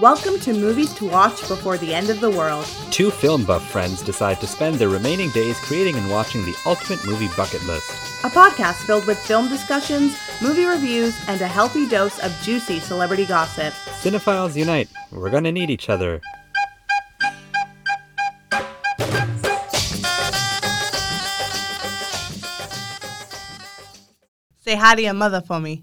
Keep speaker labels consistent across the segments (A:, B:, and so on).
A: Welcome to Movies to Watch Before the End of the World.
B: Two film buff friends decide to spend their remaining days creating and watching the ultimate movie bucket list.
A: A podcast filled with film discussions, movie reviews, and a healthy dose of juicy celebrity gossip.
B: Cinephiles unite. We're gonna need each other.
A: Say hi to your mother for me.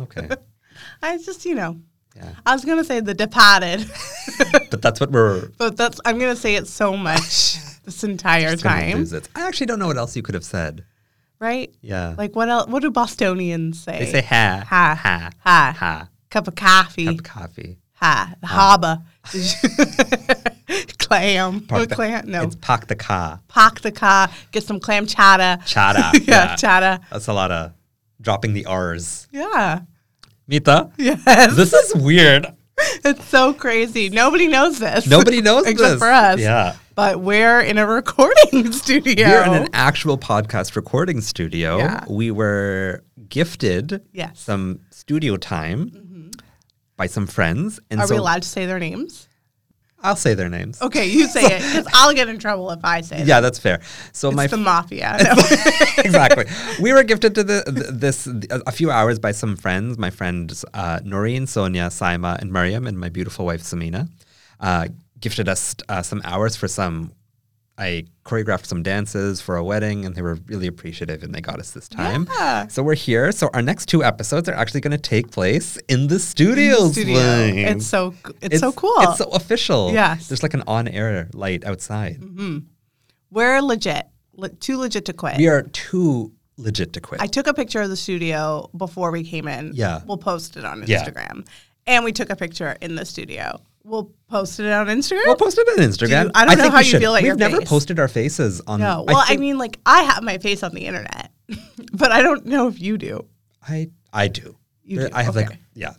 B: Okay.
A: I just, you know,
B: Yeah.
A: I was going to say The Departed,
B: But that's what we're
A: but that's, I'm going to say it so much this entire
B: gonna
A: time.
B: lose it. I actually don't know what else you could have said.
A: Right?
B: Yeah.
A: Like, what else? What do Bostonians say?
B: they say ha.
A: Ha.
B: Ha.
A: Ha.
B: Ha.
A: Cup of coffee.
B: Cup of coffee.
A: ha. Harbor. clam.
B: Park
A: Or
B: the-
A: clam. No.
B: It's park the car.
A: park the car, get some clam chowder.
B: Chada.
A: yeah, chowder.
B: That's a lot of dropping the R's.
A: Yeah.
B: Mita,
A: Yes.
B: this is weird.
A: It's so crazy. Nobody knows this.
B: Nobody knows
A: Except
B: this.
A: for us.
B: Yeah.
A: But we're in a recording studio.
B: We're in an actual podcast recording studio.
A: Yeah.
B: We were gifted
A: Yes. Mm-hmm.
B: some studio time by some friends. And
A: Are
B: so
A: we allowed to say their names?
B: I'll say their names.
A: Okay, you say it because I'll get in trouble if I say it.
B: Yeah, that's fair. So
A: It's
B: my
A: the mafia. No.
B: exactly. We were gifted to the, th- this a few hours by some friends, my friends uh, Noreen, Sonia, Saima, and Miriam, and my beautiful wife Samina, uh, gifted us uh, some hours for some. I choreographed some dances for a wedding, and they were really appreciative, and they got us this time.
A: Yeah.
B: So we're here. So our next two episodes are actually going to take place in the studios.
A: Studio.
B: Lynn.
A: It's so it's, so cool.
B: It's so official.
A: Yes. Mm-hmm.
B: There's like an on-air light outside.
A: we're legit. Le- too legit to quit.
B: We are too legit to quit.
A: I took a picture of the studio before we came in.
B: Yeah.
A: We'll post it on
B: Yeah.
A: Instagram. And we took a picture in the studio. We'll post it on Instagram.
B: We'll post it on
A: Do
B: Instagram.
A: you- I don't know
B: think
A: how
B: we
A: you
B: should.
A: feel at
B: We've
A: your
B: never
A: face.
B: posted our faces on.
A: no. Well, I,
B: think-
A: mean, like, I have my face on the internet, but I don't know if you do.
B: I I do.
A: You
B: There-
A: do,
B: I have
A: okay.
B: like yeah.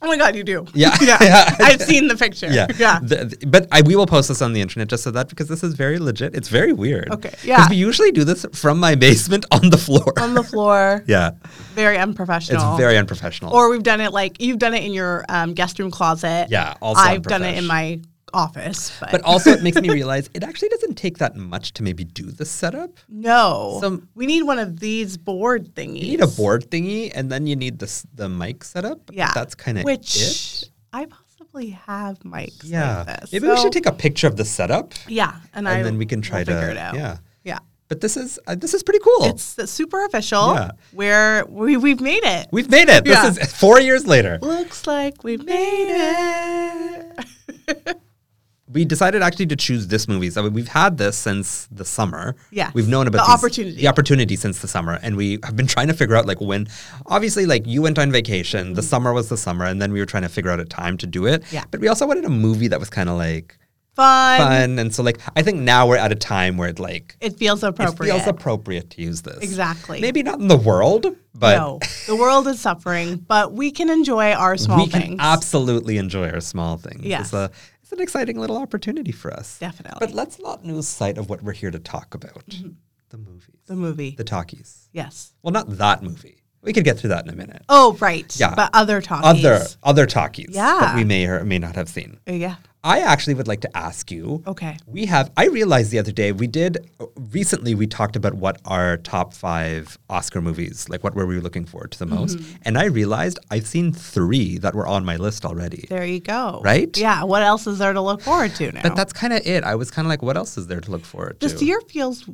A: Oh my God, you do.
B: Yeah.
A: yeah.
B: Yeah.
A: I've seen the picture.
B: Yeah,
A: Yeah.
B: The- the- but I, we will post this on the internet just so that because this is very legit. It's very weird.
A: Okay, yeah. Um,
B: we usually do this from my basement on the floor.
A: on the floor.
B: yeah,
A: Very unprofessional.
B: it's very unprofessional.
A: Or we've done it like you've done it in your um, guest room closet.
B: Yeah, also
A: I've done it
B: unprofesh.
A: in my office. But,
B: but also, it makes me realize it actually doesn't take that much to maybe do this setup.
A: no.
B: Some-
A: we need one of these board thingies.
B: You need a board thingy, and then you need this the mic setup. but
A: Yeah.
B: that's kind of
A: Which
B: it.
A: I possibly have mics
B: Yeah,
A: like this.
B: maybe we
A: So-
B: should take a picture of the setup.
A: Yeah, and, I
B: and then we can try
A: will
B: to
A: figure it out.
B: Yeah,
A: Yeah.
B: but this is uh, this is pretty cool.
A: It's s- super official.
B: Yeah.
A: We're we we've made it.
B: We've made it.
A: Yeah.
B: This is four years later.
A: Looks like we made it.
B: We decided actually to choose this movie. So we've had this since the summer.
A: Yes.
B: we've known
A: The
B: about these-
A: opportunity.
B: The opportunity since the summer, and we have been trying to figure out like when. Obviously, like you went on vacation. The summer was the summer, and then we were trying to figure out a time to do it.
A: Mm-hmm. Yeah. Um,
B: but we also wanted a movie that was kind of like
A: Fun.
B: fun, and so like I think now we're at a time where it like
A: It feels appropriate.
B: it feels appropriate to use this.
A: Exactly.
B: Maybe not in the world, but.
A: no, the world is suffering, but we can enjoy our small
B: we can
A: things.
B: absolutely enjoy our small things.
A: Yes.
B: It's, a, it's an exciting little opportunity for us.
A: Definitely. Mm-hmm.
B: But let's not lose sight of what we're here to talk about the movies,
A: the movie.
B: the talkies.
A: yes.
B: Well, not that movie. We could get through that in a minute.
A: Oh, right.
B: Yeah.
A: But other talkies.
B: Other other talkies that
A: Yeah.
B: we may or may not have seen.
A: Uh, yeah.
B: I actually would like to ask you.
A: Okay.
B: We have. I realized the other day we did recently. We talked about what our top five Oscar movies, like what were we looking forward to the most,
A: Mm-hmm.
B: and I realized I've seen three that were on my list already.
A: There you go.
B: Right?
A: Yeah. What else is there to look forward to now?
B: But that's kind of it. I was kind of like, what else is there to look forward to?
A: This year feels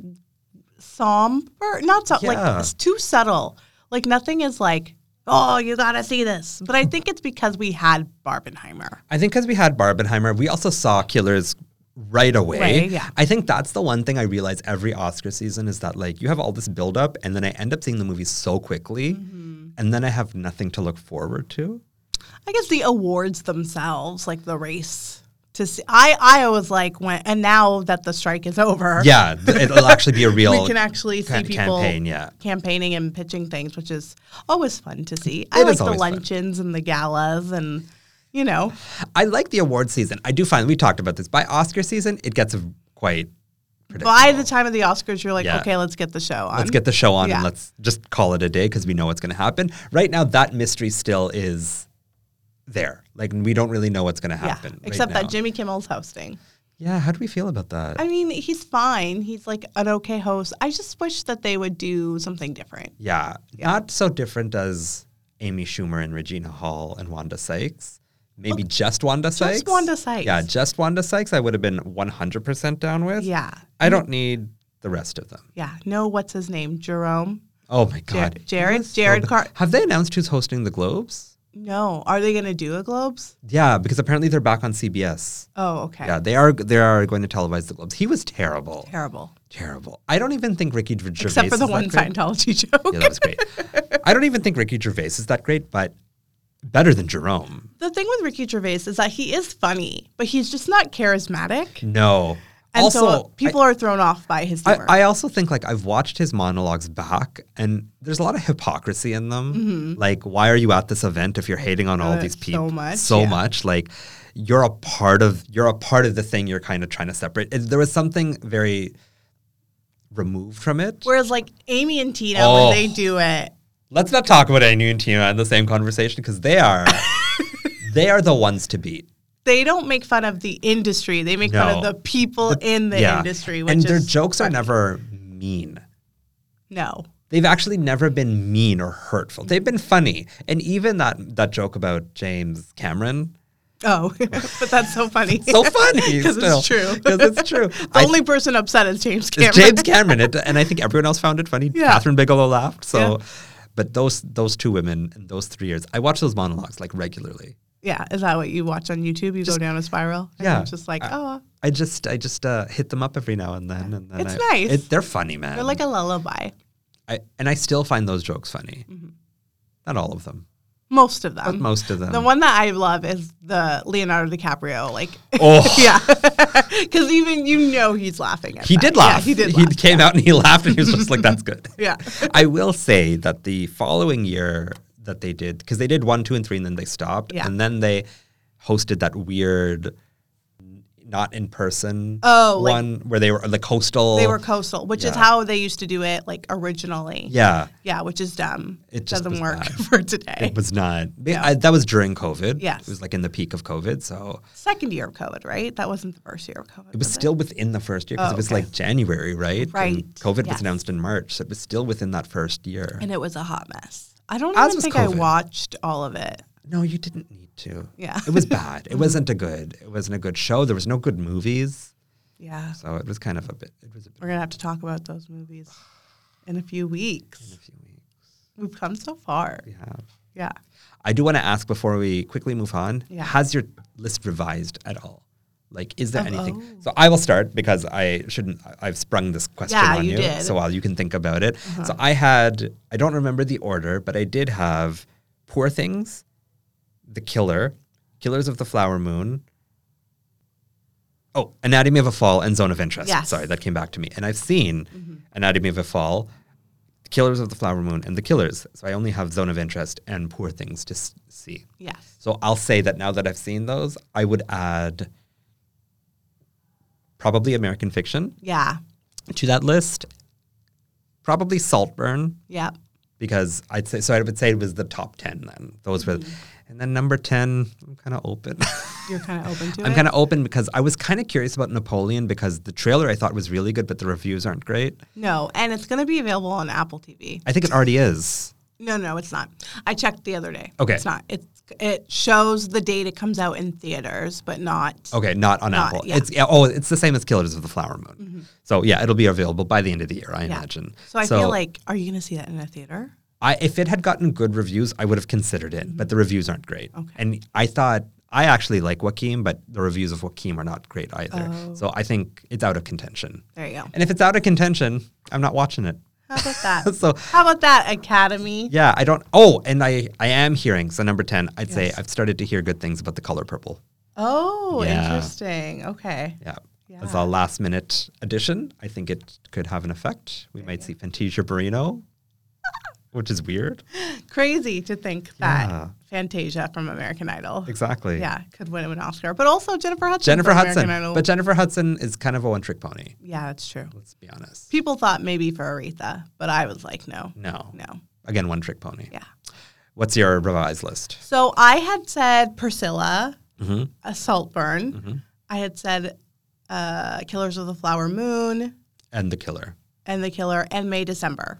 A: somber, not so
B: Yeah.
A: like it's too subtle. Like nothing is like, oh, you gotta see this. But I think it's because we had Barbenheimer.
B: I think because we had Barbenheimer, we also saw Killers right away.
A: Right, yeah.
B: I think that's the one thing I realize every Oscar season is that like you have all this buildup, and then I end up seeing the movie so quickly,
A: Mm-hmm.
B: and then I have nothing to look forward to.
A: I guess the awards themselves, like the race to see. I I always like when, and now that the strike is over,
B: Yeah, th- it'll actually be a real
A: we can actually see
B: ca-
A: people
B: campaign. Yeah,
A: campaigning and pitching things, which is always fun to see. I
B: It is
A: like the
B: always fun.
A: luncheons and the galas and. You know,
B: I like the award season. I do find we talked about this. By Oscar season, it gets quite. Predictable.
A: by the time of the Oscars, you're like,
B: Yeah.
A: okay, let's get the show on.
B: Let's get the show on
A: Yeah.
B: and let's just call it a day because we know what's going to happen. Right now, that mystery still is there. Like we don't really know what's going to
A: Yeah.
B: happen. right
A: Except
B: now.
A: that Jimmy Kimmel's hosting.
B: Yeah, how do we feel about that?
A: I mean, he's fine. He's like an okay host. I just wish that they would do something different.
B: yeah, not so different as Amy Schumer and Regina Hall and Wanda Sykes. Maybe just Wanda Sykes.
A: Wanda Sykes.
B: Yeah, just Wanda Sykes. I would have been 100% down with.
A: Yeah.
B: I don't need the rest of them.
A: Yeah. No, what's his name? Jerome?
B: Oh my
A: Jer-
B: God.
A: Jared? Jared
B: So-
A: Car.
B: have they announced who's hosting the Globes?
A: No. Are they going to do a Globes?
B: Yeah, because apparently they're back on CBS.
A: Oh, okay.
B: Yeah, they are. They are going to televise the Globes. He was terrible,
A: Terrible.
B: terrible. I don't even think Ricky Gervais.
A: Except for
B: is
A: the
B: that
A: one
B: great.
A: Scientology joke.
B: Yeah, that was great. I don't even think Ricky Gervais is that great, but better than Jerome.
A: The thing with Ricky Gervais is that he is funny, but he's just not charismatic.
B: No.
A: And
B: also,
A: so people are thrown off by his
B: I,
A: humor.
B: I, I also think like I've watched his monologues back, and there's a lot of hypocrisy in them. Like, why are you at this event if you're hating on all
A: Mm-hmm. Uh,
B: these
A: so
B: people
A: much,
B: So
A: yeah.
B: much, like you're a part of you're a part of the thing you're kind of trying to separate. It- there was something very removed from it.
A: Whereas like Amy and Tina,
B: Oh.
A: when they do it,
B: Let's not talk about Anu and Tina in the same conversation because they are they are the ones to beat.
A: they don't make fun of the industry. They make fun of
B: No.
A: the people in the industry, which
B: and their
A: is
B: jokes are never mean.
A: no.
B: They've actually never been mean or hurtful. They've been funny, and even that that joke about James Cameron,
A: Oh, but that's so funny.
B: so funny
A: 'Cause
B: still.
A: it's true.
B: because it's true.
A: the
B: I-
A: only person upset is James Cameron.
B: it's James Cameron, it, and I think everyone else found it funny.
A: Yeah.
B: Catherine Bigelow laughed. So, but those those two women in those three years, I watch those monologues like regularly.
A: yeah, is that what you watch on YouTube? You go down a spiral. And
B: yeah. Uh,
A: you're just like oh,
B: I just I just uh, hit them up every now and then, and then
A: It's
B: I-
A: nice.
B: It, they're funny, man.
A: they're like a lullaby.
B: I, and I still find those jokes funny.
A: Mm-hmm.
B: Not all of them,
A: Most of
B: but
A: them.
B: most of them.
A: Um, The one that I love is the Leonardo DiCaprio. Like,
B: oh,
A: yeah, because even you know he's laughing. At
B: he
A: that.
B: did
A: Yeah,
B: laugh.
A: he did. Laugh.
B: came out and he laughed, and he was just like, "That's good."
A: Yeah.
B: I will say that the following year that they did, because they did one, two, and three, and then they stopped,
A: Yeah.
B: and then they hosted that weird, not in person
A: Oh, like-
B: one where they were the coastal.
A: They were coastal, which is
B: Yeah.
A: how they used to do it, like originally.
B: yeah.
A: Yeah, which is dumb.
B: It
A: It
B: just was
A: doesn't work
B: bad.
A: for today.
B: It was not. I, that was during COVID.
A: Yes.
B: It was like in the peak of COVID. So
A: Second year of COVID, right? That wasn't the first year of COVID.
B: it was still within the first year because
A: Oh,
B: it was
A: okay.
B: like January, right?
A: Right.
B: And COVID was
A: Yes.
B: announced in March. So it was still within that first year.
A: and it was a hot mess. I don't
B: As
A: even
B: was
A: think I
B: COVID.
A: watched all of it.
B: No, you didn't need to.
A: Yeah. Mm-hmm.
B: It was bad. It wasn't a good. It wasn't a good show. There was no good movies.
A: Yeah.
B: So it was kind of a bit. It was a bit
A: We're going to have to talk about those movies in a few weeks.
B: of a few weeks.
A: We've come so far.
B: We have.
A: Yeah.
B: I do want to ask before we quickly move on.
A: Yeah.
B: Has your list revised at all? Like, is there anything?
A: oh.
B: So I will start because I shouldn't. I- I've sprung this question
A: Yeah,
B: on you.
A: you did. Uh-huh.
B: So while you can think about it. So I had. I don't remember the order, but I did have Poor Things, The Killer, Killers of the Flower Moon. Oh, Anatomy of a Fall and Zone of Interest.
A: Yes. Mm-hmm.
B: Sorry, that came back to me. And I've seen Anatomy of a Fall, Killers of the Flower Moon, and The Killers. So I only have Zone of Interest and Poor Things to s- see.
A: Yes.
B: So I'll say that now that I've seen those, I would add probably American Fiction
A: Yeah.
B: to that list, probably Saltburn,
A: Yeah.
B: because I'd say, so I would say it was the top 10 then. Those were, and then number 10, I'm kind of open.
A: You're kind of open to it.
B: I'm kind of open because I was kind of curious about Napoleon because the trailer I thought was really good, but the reviews aren't great.
A: no, and it's going to be available on Apple TV.
B: I think it already is.
A: No, no, it's not. I checked the other day.
B: Okay.
A: It's not. It's, it shows the date it comes out in theaters, but not.
B: Okay, not on
A: Not-
B: Apple.
A: yeah. Mm-hmm.
B: It's yeah, oh, it's the same as Killers of the Flower Moon. So yeah, it'll be available by the end of the year, I imagine.
A: So I feel like, are you going to see that in a theater?
B: I, if it had gotten good reviews, I would have considered it, but the reviews aren't great.
A: Mm-hmm. Okay.
B: And I thought I actually like Joaquin, but the reviews of Joaquin are not great either.
A: Oh.
B: So I think it's out of contention.
A: There you go.
B: And if it's out of contention, I'm not watching it.
A: How about that?
B: So
A: How about that, Academy?
B: Yeah, I don't. Oh, and I I am hearing. So number ten, I'd say I've started to hear good things about the color purple.
A: Oh,
B: Yeah.
A: interesting. Okay.
B: Yeah. As a last minute addition, I think it could have an effect. We might see Fantasia Barrino, which is weird.
A: Crazy to think that
B: Yeah.
A: Fantasia from American Idol.
B: Exactly.
A: Yeah, could win an Oscar. But also Jennifer Hudson.
B: Jennifer
A: from
B: Hudson.
A: American Idol.
B: But Jennifer Hudson is kind of a one trick pony,
A: yeah, that's true.
B: let's be honest.
A: People thought maybe for Aretha, but I was like, no.
B: No.
A: No.
B: Again, one trick pony.
A: Yeah.
B: What's your revised list?
A: So I had said Priscilla, a Saltburn.
B: Mm-hmm.
A: I had said uh, Killers of the Flower Moon
B: And the killer.
A: and The Killer and May December.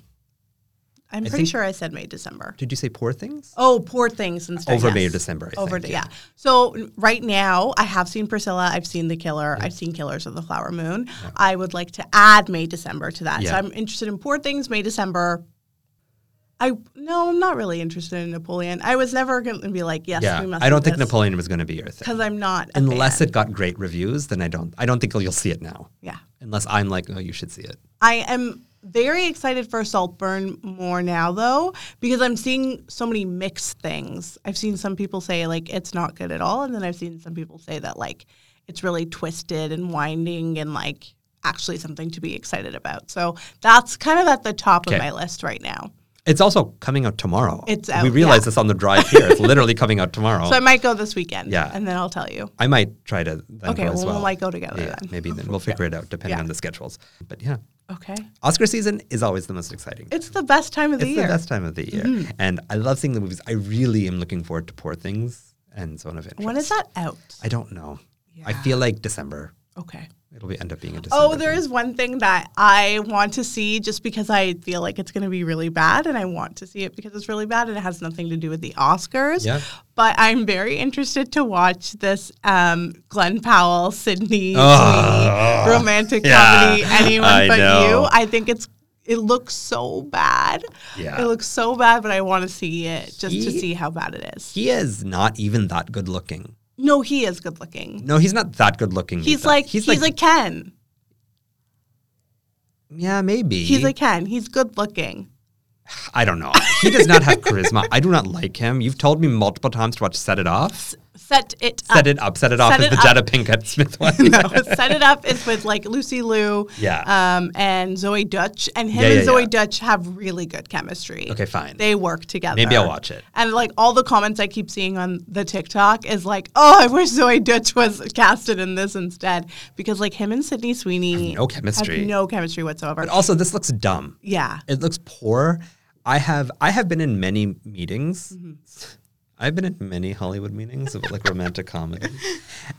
A: I'm pretty
B: think-
A: sure I said May December.
B: Did you say poor things?
A: Oh, Poor Things instead.
B: Over
A: yes.
B: May or December, I
A: Over
B: think.
A: the- yeah. So n- right now, I have seen Priscilla. I've seen The Killer. I've seen Killers of the Flower Moon. I would like to add May December to that. So
B: Yeah.
A: I'm interested in Poor Things, May December. I no, I'm not really interested in Napoleon. I was never going to be like, yes,
B: Yeah.
A: we must.
B: I don't think Napoleon was going to be your thing.
A: because I'm not a
B: Unless
A: fan.
B: it got great reviews, then I don't. I don't think you'll see it now.
A: yeah.
B: Unless I'm like, oh, you should see it.
A: I am very excited for Saltburn more now though because I'm seeing so many mixed things. I've seen some people say like it's not good at all and then I've seen some people say that like it's really twisted and winding and like actually something to be excited about. So that's kind of at the top
B: Okay.
A: of my list right now.
B: It's also coming out tomorrow.
A: It's
B: We
A: out,
B: realize
A: yeah.
B: this on the drive here. It's literally coming out tomorrow.
A: So I might go this weekend
B: Yeah.
A: and then I'll tell you.
B: I might try to then
A: Okay,
B: go as
A: well, we
B: well.
A: might go together
B: Yeah,
A: then.
B: maybe then we'll figure it out depending
A: Yeah.
B: on the schedules. But yeah,
A: Okay.
B: Oscar season is always the most exciting.
A: It's the best time of the
B: It's
A: year. Mm-hmm.
B: the best time of the year, and I love seeing the movies. I really am looking forward to Poor Things and Zone of Interest.
A: when is that out?
B: I don't know. I feel like December.
A: Okay.
B: It'll be end up being a December.
A: Oh, there is one thing that I want to see just because I feel like it's going to be really bad and I want to see it because it's really bad and it has nothing to do with the Oscars.
B: Yeah.
A: But I'm very interested to watch this um, Glenn Powell, Sydney
B: Ugh.
A: Sweeney romantic
B: Ah. Yeah.
A: comedy, Anyone
B: I
A: But
B: know.
A: You. I think it's it looks so bad.
B: Yeah.
A: It looks so bad, but I want to see it just to
B: He-
A: see how bad it is.
B: He is not even that good looking.
A: no, he is good looking.
B: No, he's not that good looking.
A: He's
B: either.
A: like he's, like, Ken.
B: yeah, maybe.
A: He's like Ken. He's good looking.
B: I don't know. He does not have charisma. I do not like him. You've told me multiple times to watch Set It Off.
A: Set it up.
B: Set It Up. Set It Off
A: uh, Set
B: is
A: It
B: the
A: Up.
B: Jada Pinkett Smith one.
A: Set It Up is with like Lucy Liu
B: Yeah.
A: um, and Zoe Dutch. And him
B: Yeah, yeah,
A: and Zoe
B: yeah.
A: Dutch have really good chemistry.
B: Okay, fine.
A: They work together.
B: Maybe I'll watch it.
A: And like all the comments I keep seeing on the TikTok is like, oh, I wish Zoe Dutch was casted in this instead. Because like him and Sydney Sweeney
B: no chemistry.
A: Have no chemistry whatsoever.
B: But also, this looks dumb.
A: yeah.
B: It looks poor. I have I have been in many meetings.
A: Mm-hmm.
B: I've been in many Hollywood meetings about like romantic comedy,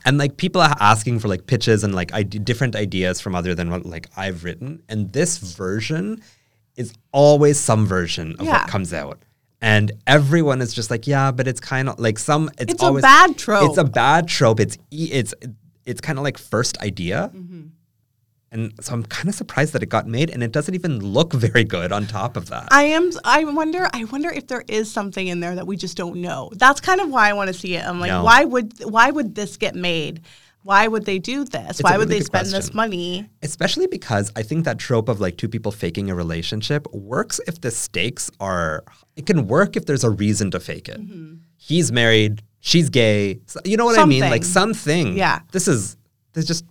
B: and like people are asking for like pitches and like ide- different ideas from other than what like I've written. And this version is always some version of
A: Yeah.
B: what comes out, and everyone is just like, yeah, but it's kind of like some. It's,
A: It's a
B: always
A: bad trope.
B: It's a bad trope. It's e- it's it's kind of like first idea. And so I'm kind of surprised that it got made, and it doesn't even look very good on top of that.
A: I am. I wonder. I wonder if there is something in there that we just don't know. That's kind of why I want to see it. I'm like,
B: No.
A: why would why would this get made? Why would they do this? why
B: a
A: would
B: really
A: they
B: good
A: spend this
B: question.
A: money?
B: Especially because I think that trope of like two people faking a relationship works if the stakes are, it can work if there's a reason to fake it.
A: Mm-hmm.
B: He's married, she's gay. so- you know what I mean? Like something.
A: Yeah.
B: This is, there's just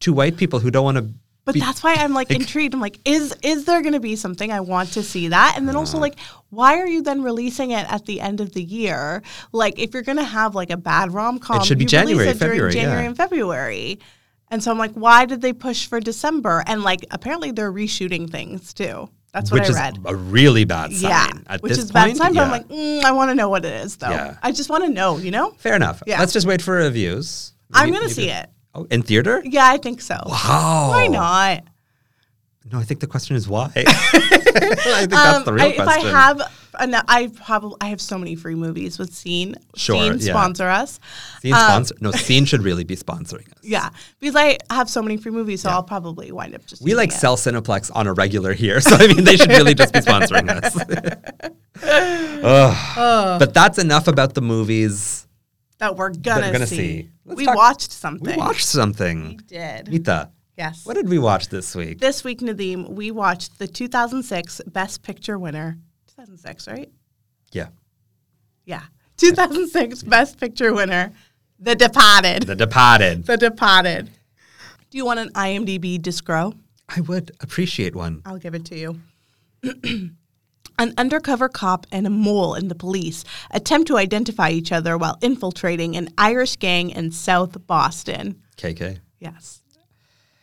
B: two white people who don't want to.
A: But that's why I'm like intrigued. I'm like, is is there going to be something I want to see that? And then also like, why are you then releasing it at the end of the year? Like, if you're going to have like a bad rom com,
B: It should be January, February, yeah.
A: January and February. And so I'm like, why did they push for December? And like, apparently they're reshooting things too. That's what
B: which
A: I read.
B: is a really bad sign.
A: Yeah,
B: At
A: which
B: this
A: is bad
B: point,
A: sign. But I'm
B: yeah.
A: like, mm, I want to know what it is, though.
B: Yeah.
A: I just want to know, you know?
B: fair enough.
A: Yeah.
B: Let's just wait for reviews.
A: I'm
B: Maybe-
A: gonna
B: maybe-
A: see it.
B: Oh, in theater?
A: Yeah, I think so.
B: How?
A: Why not?
B: No, I think the question is why. I think that's the
A: Um,
B: real
A: I, if I
B: question.
A: have, an, I probably I have so many free movies with Scene.
B: Sure,
A: Scene
B: yeah.
A: sponsor us.
B: Scene sponsor? No, Scene should really be sponsoring us.
A: um, Yeah, because I have so many free movies, so I'll probably wind up just.
B: We
A: using
B: like
A: it.
B: sell Cineplex on a regular here, so I mean they should really just be sponsoring us. Ugh.
A: Oh.
B: But that's enough about the movies.
A: that we're gonna,
B: gonna
A: see.
B: see. Let's
A: We
B: talk-
A: watched
B: We
A: something.
B: watched
A: We
B: something.
A: did.
B: Nita,
A: Yes.
B: what did we watch this week?
A: This week, Nadim, we watched the 2006 Best Picture winner. 2006, right?
B: Yeah,
A: Yeah. 2006 Best Picture winner, The Departed.
B: The Departed.
A: The Departed. Do you want an IMDb discro?
B: I would appreciate one.
A: I'll give it to you. An undercover cop and a mole in the police attempt to identify each other while infiltrating an Irish gang in South Boston.
B: KK.
A: Yes.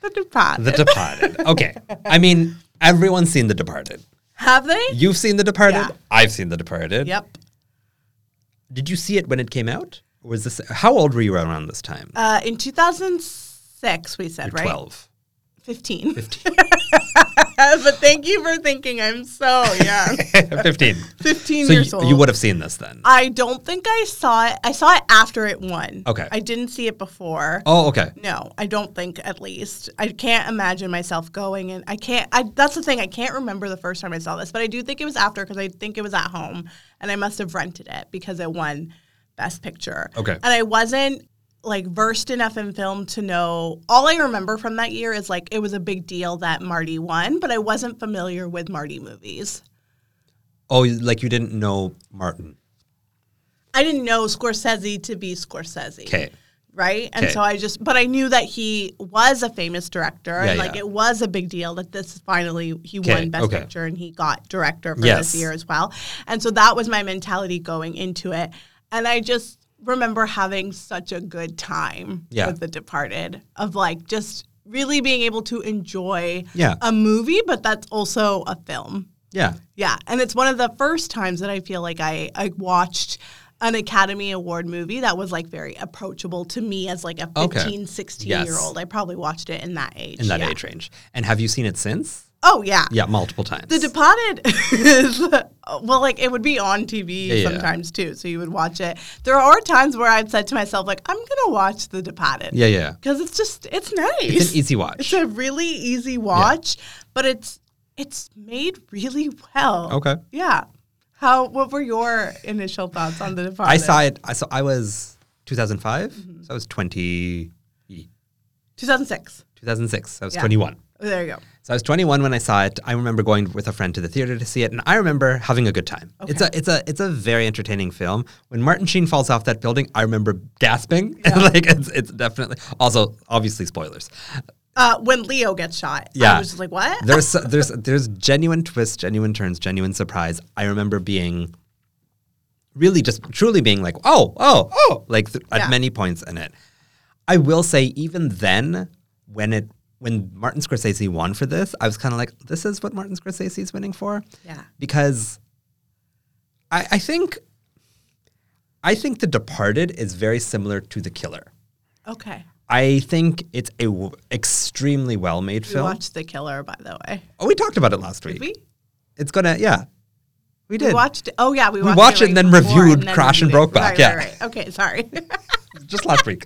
A: The Departed.
B: The Departed. Okay. I mean, everyone's seen The Departed.
A: Have they?
B: You've seen The Departed.
A: Yeah.
B: I've seen The Departed.
A: Yep.
B: Did you see it when it came out? Or was this how old were you around this time?
A: Uh, in 2006, we said, right?
B: Twelve.
A: 15.
B: 15.
A: but thank you for thinking I'm so young.
B: 15.
A: 15
B: So
A: years
B: you,
A: old.
B: you would have seen this then.
A: I don't think I saw it. I saw it after it won.
B: Okay.
A: I didn't see it before.
B: Oh, okay.
A: No, I don't think at least. I can't imagine myself going and I can't I that's the thing I can't remember the first time I saw this, but I do think it was after cuz I think it was at home and I must have rented it because it won best picture.
B: Okay.
A: And I wasn't like versed enough in film to know all I remember from that year is like it was a big deal that Marty won, but I wasn't familiar with Marty movies.
B: Oh, you- like you didn't know Martin.
A: I didn't know Scorsese to be Scorsese.
B: Okay.
A: right? And
B: Okay.
A: so I just, but I knew that he was a famous director,
B: Yeah,
A: and like
B: yeah.
A: it was a big deal that this finally he
B: Okay,
A: won Best
B: okay.
A: Picture and he got director for
B: Yes.
A: this year as well. And so that was my mentality going into it, and I just remember having such a good time
B: Yeah.
A: with The Departed, of like just really being able to enjoy
B: Yeah.
A: a movie, but that's also a film.
B: Yeah.
A: Yeah, and it's one of the first times that I feel like I, I watched an Academy Award movie that was like very approachable to me as like a 15,
B: Okay.
A: 16
B: Yes.
A: year old. I probably watched it in that age.
B: In that
A: yeah.
B: age range. And have you seen it since?
A: Oh yeah.
B: Yeah, multiple times.
A: The Departed is well, like it would be on TV
B: Yeah, yeah.
A: sometimes too, so you would watch it. There are times where I've said to myself, like, I'm gonna watch The Departed
B: yeah, yeah.
A: because it's just it's nice.
B: It's an easy watch.
A: It's a really easy watch, but it's it's made really well.
B: Okay.
A: Yeah. How? What were your initial thoughts on the department?
B: I saw it. I saw. I was 2005.
A: Mm-hmm.
B: So I was 20.
A: 2006.
B: 2006. I was
A: Yeah.
B: 21.
A: There you go.
B: So I was 21 when I saw it. I remember going with a friend to the theater to see it, and I remember having a good time. It's a it's a it's a very entertaining film. When Martin Sheen falls off that building, I remember gasping. like it's it's definitely also obviously spoilers.
A: Uh, when Leo gets shot,
B: Yeah.
A: I was just like, what?
B: There's there's there's genuine twists, genuine turns, genuine surprise. I remember being really just truly being like, oh, oh, oh, like th-
A: Yeah.
B: at many points in it. I will say, even then, when it when Martin Scorsese won for this, I was kind of like, this is what Martin Scorsese is winning for.
A: Yeah.
B: Because I, I think I think The Departed is very similar to The Killer.
A: okay.
B: I think it's a w- extremely well made
A: We
B: film.
A: watched The Killer, by the way.
B: Oh, we talked about it last week.
A: Did we?
B: It's gonna, yeah. We did.
A: We watched. Oh yeah, we watched.
B: watched it and then
A: right before
B: reviewed Crash and
A: reviewed it.
B: Brokeback,
A: Right,
B: yeah.
A: Right, right. Okay. Sorry.
B: Just last week.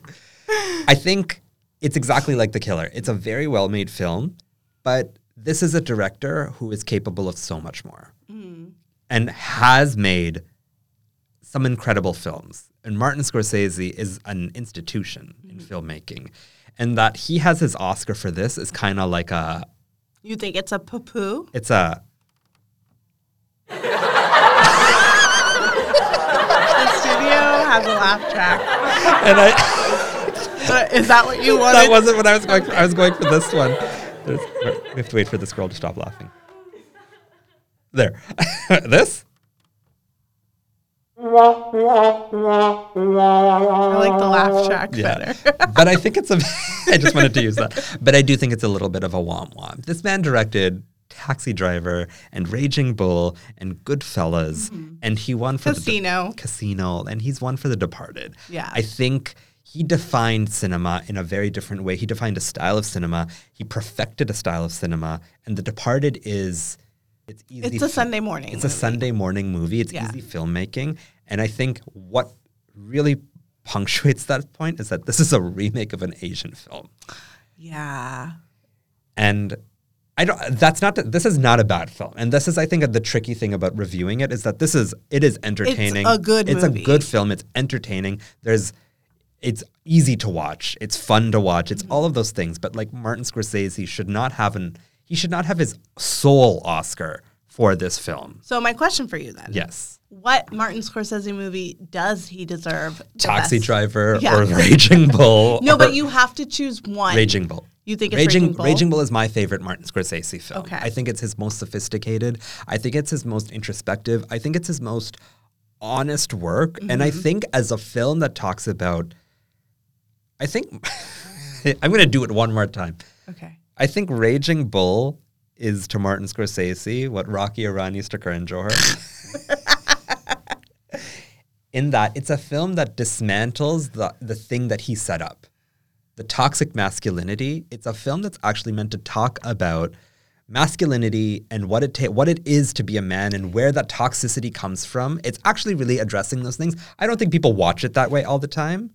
B: I think it's exactly like The Killer. It's a very well made film, but this is a director who is capable of so much more and has made some incredible films. And Martin Scorsese is an institution in filmmaking. And that he has his Oscar for this is kind of like a,
A: you think it's a poo poo?
B: it's a,
A: The studio has a laugh track.
B: and I.
A: But is that what you wanted?
B: that wasn't what I was going for. I was going for this one. There's, we have to wait for this girl to stop laughing. There. this?
A: I like the laugh track better.
B: but I think it's a. I just wanted to use that. But I do think it's a little bit of a wom wom. This man directed Taxi Driver and Raging Bull and Goodfellas, and he won for the
A: Mm-hmm. Casino.
B: De- Casino, and he's won for The Departed.
A: Yeah.
B: I think he defined cinema in a very different way. He defined a style of cinema. He perfected a style of cinema, and The Departed is. It's easy.
A: It's a Sunday morning.
B: It's a Sunday morning movie. It's
A: Yeah.
B: easy filmmaking. And I think what really punctuates that point is that this is a remake of an Asian film.
A: yeah.
B: And I don't that's not this is not a bad film. And this is I think the tricky thing about reviewing it is that this is it is entertaining.
A: a good
B: It's
A: movie.
B: a good film. It's entertaining. There's it's easy to watch. It's fun to watch. It's
A: Mm-hmm.
B: all of those things. But like Martin Scorsese should not have an he should not have his sole Oscar for this film.
A: So my question for you then.
B: Yes.
A: What Martin Scorsese movie does he deserve? the
B: Taxi
A: best?
B: Driver
A: Yeah.
B: or Raging Bull.
A: No,
B: or
A: but you have to choose one.
B: Raging Bull.
A: You think it's Raging Bull?
B: Raging Bull is my favorite Martin Scorsese film.
A: Okay.
B: I think it's his most sophisticated. I think it's his most introspective. I think it's his most honest work. And I
A: Mm-hmm.
B: think as a film that talks about, I think I'm going to do it one more time.
A: Okay.
B: I think Raging Bull is to Martin Scorsese what Rocky Iran is to Karan Johar. in that it's a film that dismantles the, the thing that he set up the toxic masculinity. It's a film that's actually meant to talk about masculinity and what it ta- what it is to be a man and where that toxicity comes from. It's actually really addressing those things. I don't think people watch it that way all the time.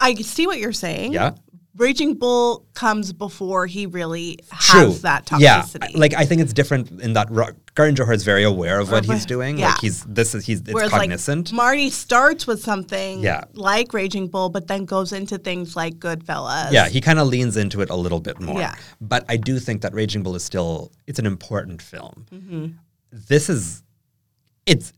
A: I see what you're saying.
B: Yeah.
A: Raging Bull comes before he really has
B: True.
A: that
B: Yeah.
A: toxicity.
B: Like I think it's different in that Ro- Karan Johar is very aware of what he's doing.
A: Yeah.
B: Like he's this is he's it's
A: Whereas
B: cognizant.
A: like Marty starts with something
B: Yeah.
A: like Raging Bull, but then goes into things like Goodfellas.
B: yeah, he kind of leans into it a little bit more.
A: Yeah.
B: But I do think that Raging Bull is still it's an important film.
A: Mm-hmm.
B: This is it's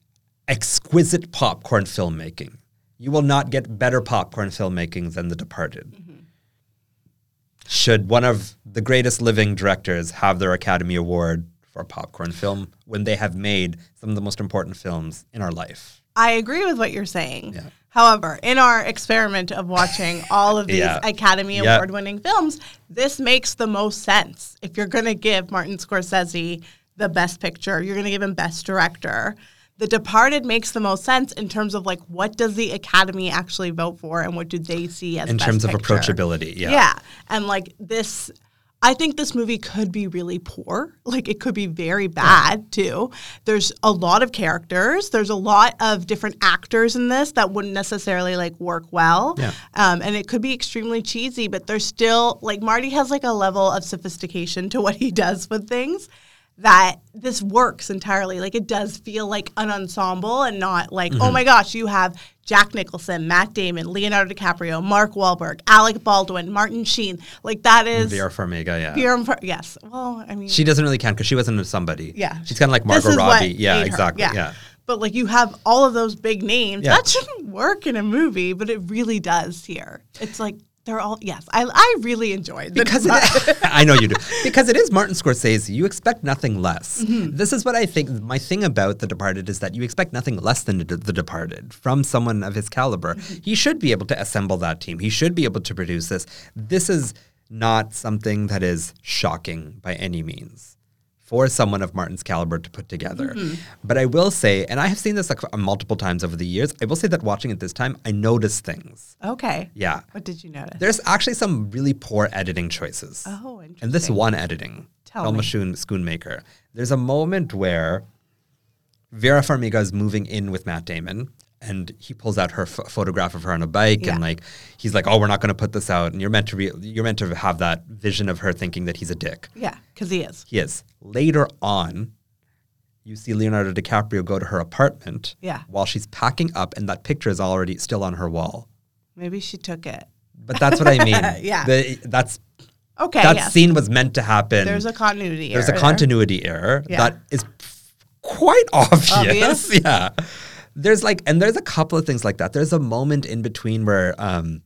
B: exquisite popcorn filmmaking. You will not get better popcorn filmmaking than The Departed.
A: Mm-hmm.
B: Should one of the greatest living directors have their Academy Award for a popcorn film when they have made some of the most important films in our life?
A: I agree with what you're saying.
B: Yeah.
A: However, in our experiment of watching all of these
B: Yeah.
A: Academy
B: Yeah.
A: Award winning films, this makes the most sense. If you're going to give Martin Scorsese the best picture, you're going to give him best director. The Departed makes the most sense in terms of like what does the Academy actually vote for and what do they see as
B: In
A: best
B: terms of
A: picture?
B: approachability, yeah.
A: Yeah. And like this, I think this movie could be really poor. Like it could be very bad too. There's a lot of characters, there's a lot of different actors in this that wouldn't necessarily like work well.
B: Yeah.
A: Um, and it could be extremely cheesy, but there's still like Marty has like a level of sophistication to what he does with things. That this works entirely. Like it does feel like an ensemble and not like, oh my gosh, you have Jack Nicholson, Matt Damon, Leonardo DiCaprio, Mark Wahlberg, Alec Baldwin, Martin Sheen. Like that is
B: Vera Farmiga, yeah.
A: pure. and pro- Yes. Well, I mean,
B: She doesn't really count because she wasn't somebody.
A: Yeah.
B: She's kind of like
A: this
B: Margot
A: is what
B: Robbie. Yeah,
A: made her.
B: exactly. yeah.
A: But like you have all of those big names.
B: Yeah.
A: That shouldn't work in a movie, but it really does here. It's like they're all yes. I I really enjoyed the
B: because it, I know you do. Because it is Martin Scorsese, you expect nothing less. This is what I think. My thing about The Departed is that you expect nothing less than The The Departed from someone of his caliber. He should be able to assemble that team. He should be able to produce this. This is not something that is shocking by any means for someone of Martin's caliber to put together. But I will say, and I have seen this like multiple times over the years. I will say that watching it this time, I noticed things.
A: Okay.
B: Yeah.
A: What did you notice?
B: There's actually some really poor editing choices.
A: Oh,
B: And this
A: interesting.
B: one editing,
A: Tell
B: Thelma
A: me.
B: Schoon, Schoonmaker. There's a moment where Vera Farmiga is moving in with Matt Damon, and he pulls out her ph- photograph of her on a bike, and
A: Yeah.
B: like he's like, "Oh, we're not going to put this out." And you're meant to re- you're meant to have that vision of her thinking that he's a dick.
A: yeah, because he is.
B: He is. Later on, you see Leonardo DiCaprio go to her apartment
A: Yeah.
B: while she's packing up, and that picture is already still on her wall.
A: Maybe she took it.
B: But that's what I mean.
A: Yeah.
B: The- that's
A: Okay.
B: that
A: yes.
B: scene was meant to happen.
A: There's a continuity.
B: There's a
A: error.
B: continuity error
A: Yeah.
B: that is quite obvious.
A: Obvious?
B: Yeah. There's like, and there's a couple of things like that. There's a moment in between where um,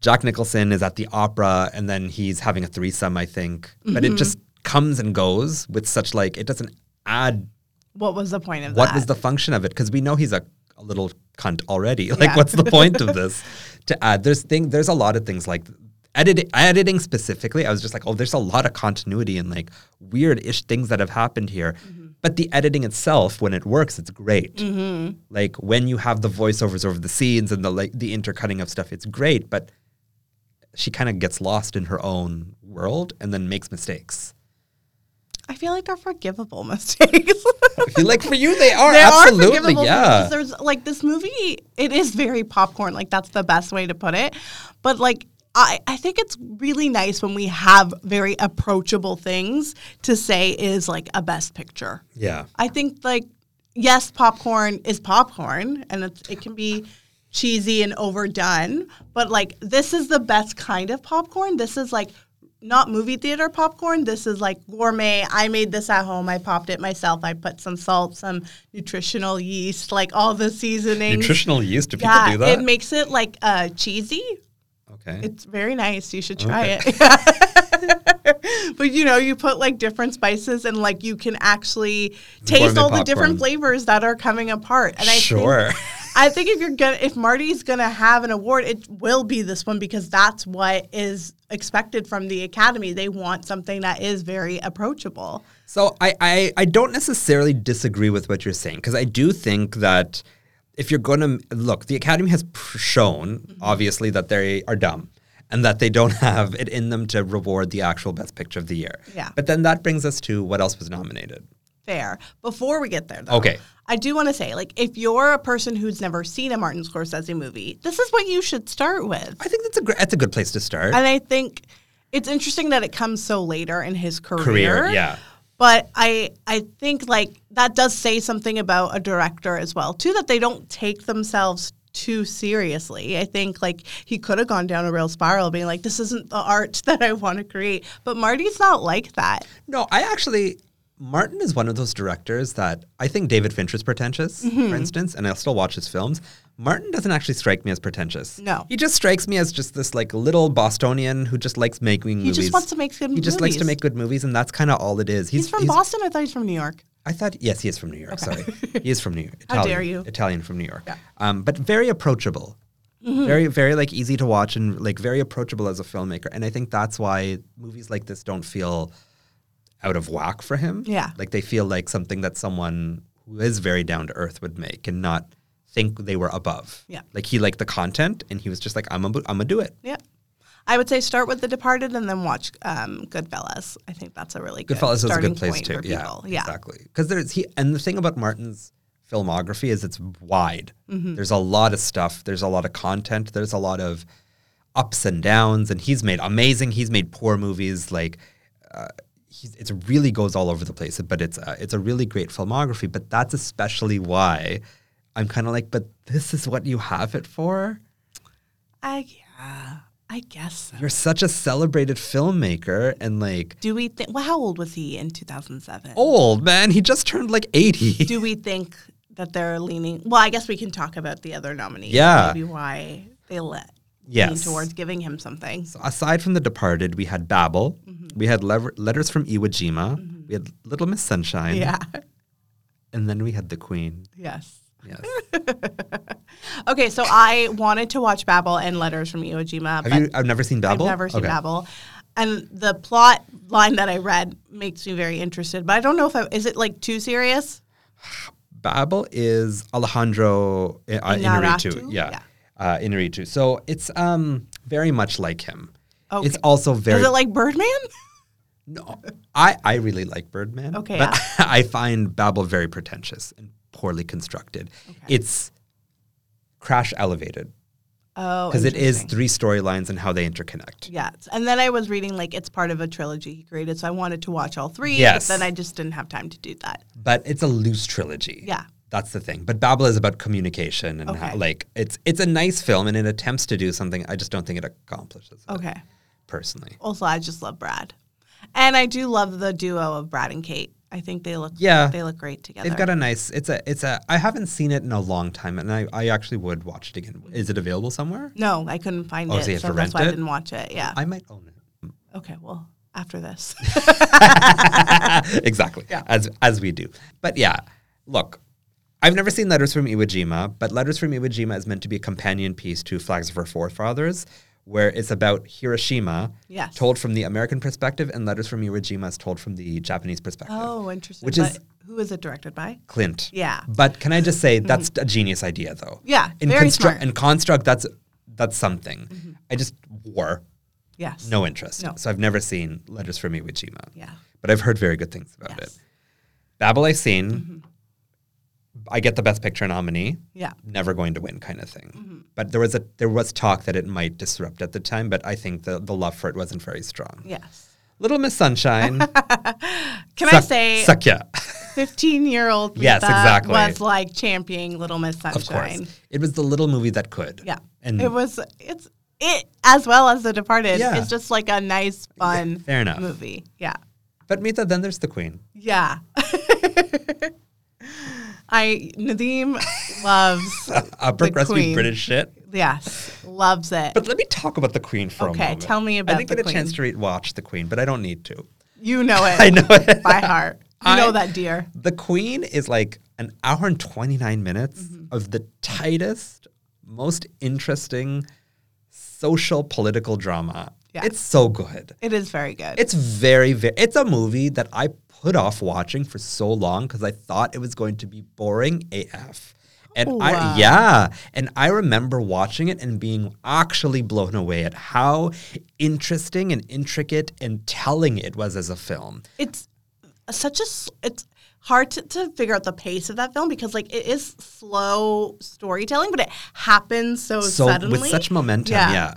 B: Jack Nicholson is at the opera and then he's having a threesome, I think. But
A: Mm-hmm.
B: it just comes and goes with such like, it doesn't add
A: What was the point of
B: what
A: that?
B: was the function of it? Because we know he's a, a little cunt already. Like,
A: Yeah.
B: what's the point of this? To add, there's thing, there's a lot of things like editing, editing specifically. I was just like, oh, there's a lot of continuity and like weird ish things that have happened here.
A: Mm-hmm.
B: But the editing itself, when it works, it's great.
A: Mm-hmm.
B: Like when you have the voiceovers over the scenes and the like, the intercutting of stuff, it's great. But she kind of gets lost in her own world and then makes mistakes.
A: I feel like they're forgivable mistakes.
B: I feel like for you, they are
A: there
B: absolutely
A: are forgivable
B: yeah.
A: mistakes. There's like this movie. It is very popcorn. Like that's the best way to put it. But like. I, I think it's really nice when we have very approachable things to say is like a best picture.
B: yeah.
A: I think like yes, popcorn is popcorn, and it's, it can be cheesy and overdone. But like this is the best kind of popcorn. This is like not movie theater popcorn. This is like gourmet. I made this at home. I popped it myself. I put some salt, some nutritional yeast, like all the seasonings.
B: Nutritional yeast? Do people
A: yeah,
B: do that?
A: it makes it like uh, cheesy,
B: okay.
A: it's very nice. You should try
B: Okay.
A: it. but you know, you put like different spices and like you can actually taste
B: Gourmet
A: all the different
B: popcorn.
A: flavors that are coming apart. And I
B: sure.
A: think I think if you're gonna if Marty's gonna have an award, it will be this one because that's what is expected from the Academy. They want something that is very approachable.
B: so I, I I don't necessarily disagree with what you're saying because I do think that if you're going to look, the Academy has pr- shown
A: Mm-hmm.
B: obviously that they are dumb and that they don't have it in them to reward the actual Best Picture of the year.
A: Yeah.
B: But then that brings us to what else was nominated.
A: Fair. Before we get there, though,
B: Okay.
A: I do want to say, like, if you're a person who's never seen a Martin Scorsese movie, this is what you should start with.
B: I think that's a gr- that's a good place to start.
A: And I think it's interesting that it comes so later in his career.
B: Career, yeah.
A: But I I think like that does say something about a director as well too that they don't take themselves too seriously. I think like he could have gone down a real spiral being like this isn't the art that I want to create. But Marty's not like that.
B: No, I actually Martin is one of those directors that I think David Fincher's pretentious,
A: Mm-hmm.
B: for instance, and I still watch his films. Martin doesn't actually strike me as pretentious.
A: No.
B: He just strikes me as just this like little Bostonian who just likes making
A: He
B: movies.
A: just wants to make good
B: He just likes to
A: movies.
B: make good movies and that's kind of all it is.
A: He's from Boston. I thought he's from New York.
B: I thought yes, he is from New York. Sorry, he is from New York.
A: How
B: Italian,
A: dare you.
B: Italian from New York. Um, but very approachable,
A: Mm-hmm.
B: very very like easy to watch and like very approachable as a filmmaker. And I think that's why movies like this don't feel out of whack for him.
A: Yeah.
B: like they feel like something that someone who is very down to earth would make and not think they were above.
A: Yeah.
B: like he liked the content and he was just like I'm a, I'm gonna do it.
A: Yep. I would say start with The Departed and then watch um, Goodfellas. I think that's a really good
B: Goodfellas is a
A: starting
B: good place
A: point
B: too.
A: for
B: Yeah,
A: people. Yeah.
B: exactly. Because there's he and the thing about Martin's filmography is it's wide.
A: Mm-hmm.
B: There's a lot of stuff. There's a lot of content. There's a lot of ups and downs. And he's made amazing. He's made poor movies. Like uh, he's it really goes all over the place. But it's uh, it's a really great filmography. But that's especially why I'm kind of like, but this is what you have it for.
A: I yeah, I guess so.
B: You're such a celebrated filmmaker, and like
A: Do we think? Well, how old was he in 2007?
B: old man, he just turned like 80.
A: Do we think that they're leaning? Well, I guess we can talk about the other nominees.
B: Yeah.
A: Maybe why they let lean
B: Yes.
A: towards giving him something.
B: aside from The Departed, we had Babel,
A: Mm-hmm.
B: we had Lever- Letters from Iwo Jima, we had Little Miss Sunshine,
A: Yeah.
B: and then we had The Queen.
A: Yes.
B: Yes.
A: Okay, so I wanted to watch Babel and Letters from Iwo Jima, but
B: Have you? I've never seen Babel.
A: I've never seen
B: Okay.
A: Babel. And the plot line that I read makes me very interested, but I don't know if I is it like too serious?
B: Babel is Alejandro uh, Inarritu.
A: Inarritu?
B: Yeah.
A: Yeah.
B: Uh, Inarritu. So it's um very much like him. It's
A: Okay.
B: also very.
A: Is it like Birdman?
B: no, I I really like Birdman.
A: Okay,
B: But I find Babel very pretentious and poorly constructed. It's crash elevated
A: Oh,
B: because it is
A: interesting.
B: three storylines and how they interconnect.
A: Yes. And then I was reading like it's part of a trilogy he created, so I wanted to watch all three.
B: Yes.
A: But then I just didn't have time to do that.
B: but it's a loose trilogy.
A: Yeah.
B: That's the thing. But Babel is about communication and how,
A: Okay.
B: like it's it's a nice film and it attempts to do something. I just don't think it accomplishes it,
A: Okay.
B: personally.
A: Also, I just love Brad. And I do love the duo of Brad and Kate. I think they look
B: Yeah.
A: they look great together.
B: They've got a nice it's a it's a I haven't seen it in a long time and I, I actually would watch it again.
A: Mm.
B: Is it available somewhere?
A: no, I couldn't find
B: Oh,
A: it,
B: so you have
A: so
B: to
A: that's
B: rent
A: why I
B: it?
A: didn't watch it. Yeah.
B: I might own it.
A: okay, well, after this.
B: exactly. As as we do. But yeah, look. I've never seen Letters from Iwo Jima, but Letters from Iwo Jima is meant to be a companion piece to Flags of Our Forefathers, where it's about Hiroshima
A: Yes.
B: told from the American perspective and Letters from Iwo Jima is told from the Japanese perspective.
A: oh, interesting.
B: Which
A: but
B: is-
A: who is it directed by?
B: Clint.
A: Yeah. Mm-hmm.
B: But can I just say that's a genius idea though.
A: Yeah, very smart. Mm-hmm.
B: And construct that's that's something. I just war.
A: Yes.
B: No interest.
A: No.
B: So I've never seen Letters from Iwo Jima.
A: Yeah.
B: But I've heard very good things about
A: Yes. Mm-hmm.
B: it. Babel I've seen. I get the best picture nominee.
A: Yeah. Mm-hmm.
B: Never going to win kind of thing. But there was a there was talk that it might disrupt at the time, but I think the, the love for it wasn't very strong.
A: Yes.
B: Little Miss Sunshine.
A: Can I
B: Suck-
A: say
B: Sakya?
A: 15 year old
B: Yes, exactly.
A: was like championing Little Miss Sunshine.
B: Of course. It was the little movie that could.
A: Yeah.
B: And
A: it was it's it as well as The Departed.
B: Yeah.
A: It's just like a nice, fun
B: fair enough.
A: movie. Yeah.
B: but Mita, then there's the Queen.
A: Yeah. I Nadim loves
B: Upper
A: The
B: crusty
A: Queen.
B: Uh, British shit.
A: yes, loves it.
B: But let me talk about the Queen for a
A: Okay,
B: moment.
A: tell me about
B: I didn't
A: the
B: get
A: Queen.
B: a chance to re- watch the Queen, but I don't need to.
A: you know it.
B: I know it.
A: by heart. You
B: I-
A: know that dear.
B: The Queen is like an hour and 29 minutes of the tightest, most interesting social political drama.
A: Yeah.
B: It's so good.
A: It is very good.
B: It's very, very, it's a movie that I put off watching for so long because I thought it was going to be boring AF. And I, yeah, and I remember watching it and being actually blown away at how interesting and intricate and telling it was as a film.
A: It's such a s- it's hard to, to figure out the pace of that film because like it is slow storytelling, but it happens so,
B: so
A: suddenly.
B: with such momentum yeah.
A: Yeah.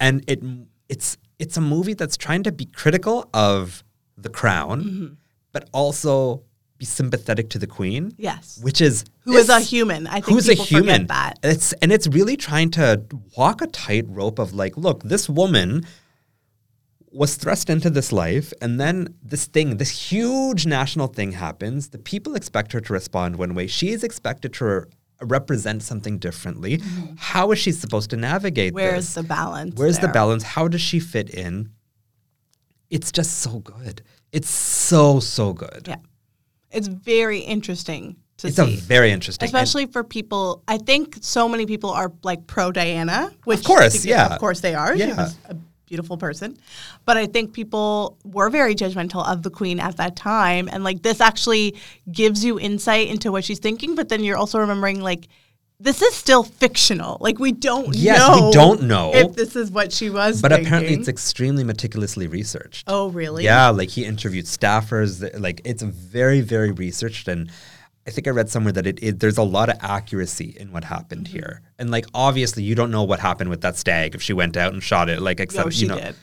B: and it it's it's a movie that's trying to be critical of the crown
A: Mm-hmm.
B: but also be sympathetic to the queen
A: yes,
B: which is
A: who is a
B: this-
A: human? I think
B: who's a
A: people
B: human
A: forget that.
B: it's and it's really trying to walk a tightrope of like look this woman was thrust into this life and then this thing this huge national thing happens the people expect her to respond one way she is expected to re- represent something differently How is she supposed to navigate
A: Where
B: this
A: is Mm-hmm. the balance?
B: where's the
A: there?
B: balance how does she fit in it's just so good it's so so good
A: Yeah, it's very interesting to
B: it's a
A: see.
B: very interesting and-
A: Especially for people, I think so many people are like pro Diana, which
B: Of course,
A: because-
B: yeah.
A: of course they are. She
B: Yeah.
A: was a beautiful person, but I think people were very judgmental of the Queen at that time, and like this actually gives you insight into what she's thinking. But then you're also remembering like this is still fictional. Like we don't
B: Yes, we
A: know.
B: don't know.
A: if this is what she was.
B: But apparently,
A: thinking.
B: it's extremely meticulously researched.
A: oh really?
B: Yeah, like he interviewed staffers. th- Like it's very, very researched, and I think I read somewhere that it, it there's a lot of accuracy in what happened
A: Mm-hmm.
B: here. And like obviously, you don't know what happened with that stag if she went out and shot it. Like except
A: No, she
B: you know,
A: did.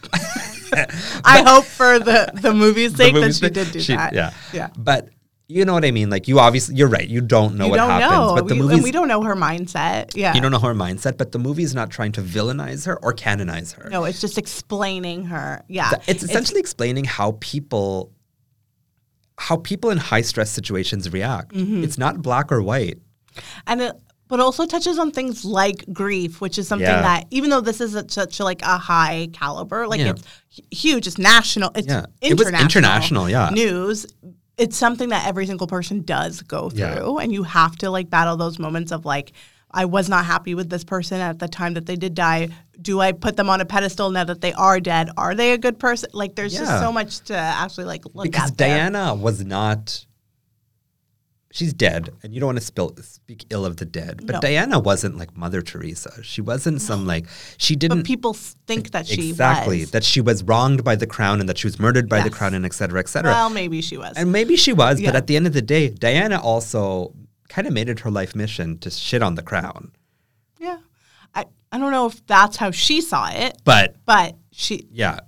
A: I hope for the the movie's sake that
B: movie's
A: she
B: thing.
A: did do
B: She-
A: that.
B: Yeah,
A: yeah.
B: But you know what I mean. Like you obviously, you're right. You don't know
A: You
B: what
A: don't
B: happens.
A: know,
B: But the
A: We-
B: movie,
A: and we don't know her mindset. Yeah,
B: you don't know her mindset. But the movie's not trying to villainize her or canonize her.
A: no, it's just explaining her. Yeah,
B: Th- it's essentially explaining how people how people in high stress situations react.
A: Mm-hmm.
B: It's not black or white.
A: and it, but also touches on things like grief, which is something
B: Yeah.
A: that even though this is at such a, like a high caliber, like
B: Yeah.
A: it's hu- huge, it's national, it's
B: Yeah. It was
A: international,
B: international, yeah.
A: news. It's something that every single person does go through,
B: Yeah.
A: and you have to like battle those moments of like. I was not happy with this person at the time that they did die. Do I put them on a pedestal now that they are dead? Are they a good person? Like, there's
B: Yeah.
A: just so much to actually like look
B: Because
A: at. there.
B: Diana was not she's dead and you don't want to spill, speak ill of the dead. But
A: No.
B: Diana wasn't like Mother Teresa. She wasn't some like she didn't
A: but people s- think that she
B: exactly
A: was.
B: that she was wronged by the crown and that she was murdered by the
A: Yes.
B: crown and et cetera, et cetera.
A: Well, maybe she was.
B: And maybe she was, but
A: Yeah.
B: at the end of the day, Diana also kind of made it her life mission to shit on the crown.
A: yeah, I, I don't know if that's how she saw it,
B: But
A: but she
B: yeah,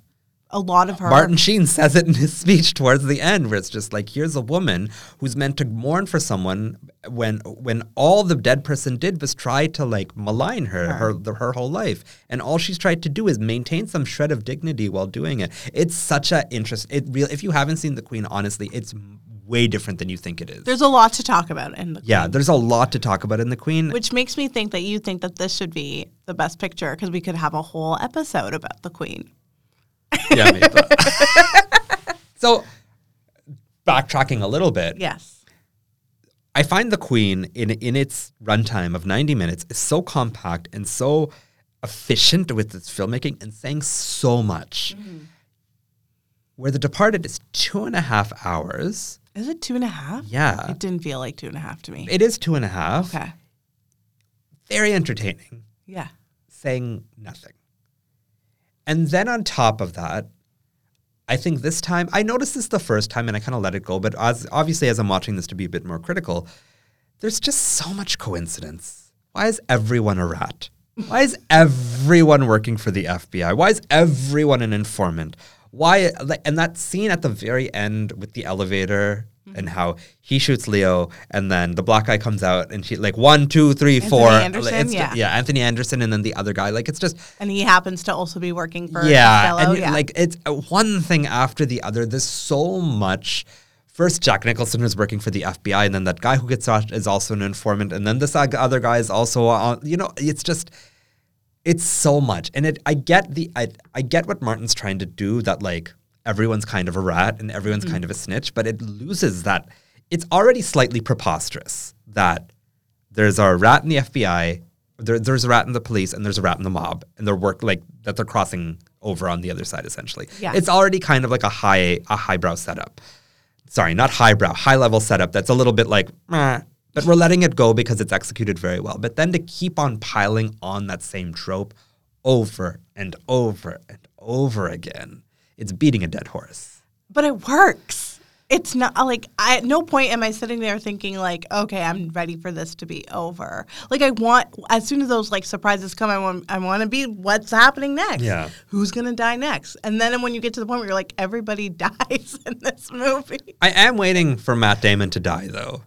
A: a lot of her
B: Martin Sheen says it in his speech towards the end, where it's just like, here's a woman who's meant to mourn for someone when when all the dead person did was try to like malign her her the, her whole life, and all she's tried to do is maintain some shred of dignity while doing it. It's such a interest. It real. If you haven't seen The Queen, honestly, it's m- way different than you think it is.
A: There's a lot to talk about in the
B: yeah, there's a lot to talk about in The Queen.
A: which makes me think that you think that this should be the best picture because we could have a whole episode about the queen.
B: yeah, maybe. so backtracking a little bit.
A: Yes.
B: I find The Queen in in its runtime of 90 minutes is so compact and so efficient with its filmmaking and saying so much. Where The Departed is two and a half hours.
A: Is it two and a half?
B: Yeah.
A: It didn't feel like two and a half to me.
B: It is two and a half.
A: okay.
B: Very entertaining,
A: Yeah.
B: saying nothing. And then on top of that, I think this time I noticed this the first time and I kind of let it go, but as, obviously as I'm watching this to be a bit more critical, there's just so much coincidence. Why is everyone a rat? Why is everyone working for the FBI? Why is everyone an informant? Why like, and that scene at the very end with the elevator
A: Mm-hmm.
B: and how he shoots Leo and then the black guy comes out and she like one, two, three, four.
A: Anderson,
B: It's-
A: yeah.
B: yeah, Anthony Anderson and then the other guy. Like it's just
A: And he happens to also be working for
B: yeah,
A: Costello.
B: and
A: yeah.
B: like it's uh, one thing after the other. There's so much. First, Jack Nicholson was working for the FBI, and then that guy who gets shot is also an informant, and then this ag- other guy is also on. You know, it's just it's so much, and it. I get the I, I get what Martin's trying to do. That like everyone's kind of a rat and everyone's kind of a snitch, but it loses that. It's already slightly preposterous that there's a rat in the FBI, there, there's a rat in the police, and there's a rat in the mob, and they're work like that they're crossing over on the other side essentially.
A: Yeah.
B: It's already kind of like a high a highbrow setup. Sorry, not highbrow, high level setup that's a little bit like, meh, But we're letting it go because it's executed very well. But then to keep on piling on that same trope over and over and over again, it's beating a dead horse.
A: but it works. It's not like I, at no point am I sitting there thinking like, okay, I'm ready for this to be over. Like I want as soon as those like surprises come, I want I want to be what's happening next.
B: Yeah.
A: who's gonna die next? And then when you get to the point where you're like, everybody dies in this movie.
B: I am waiting for Matt Damon to die, though.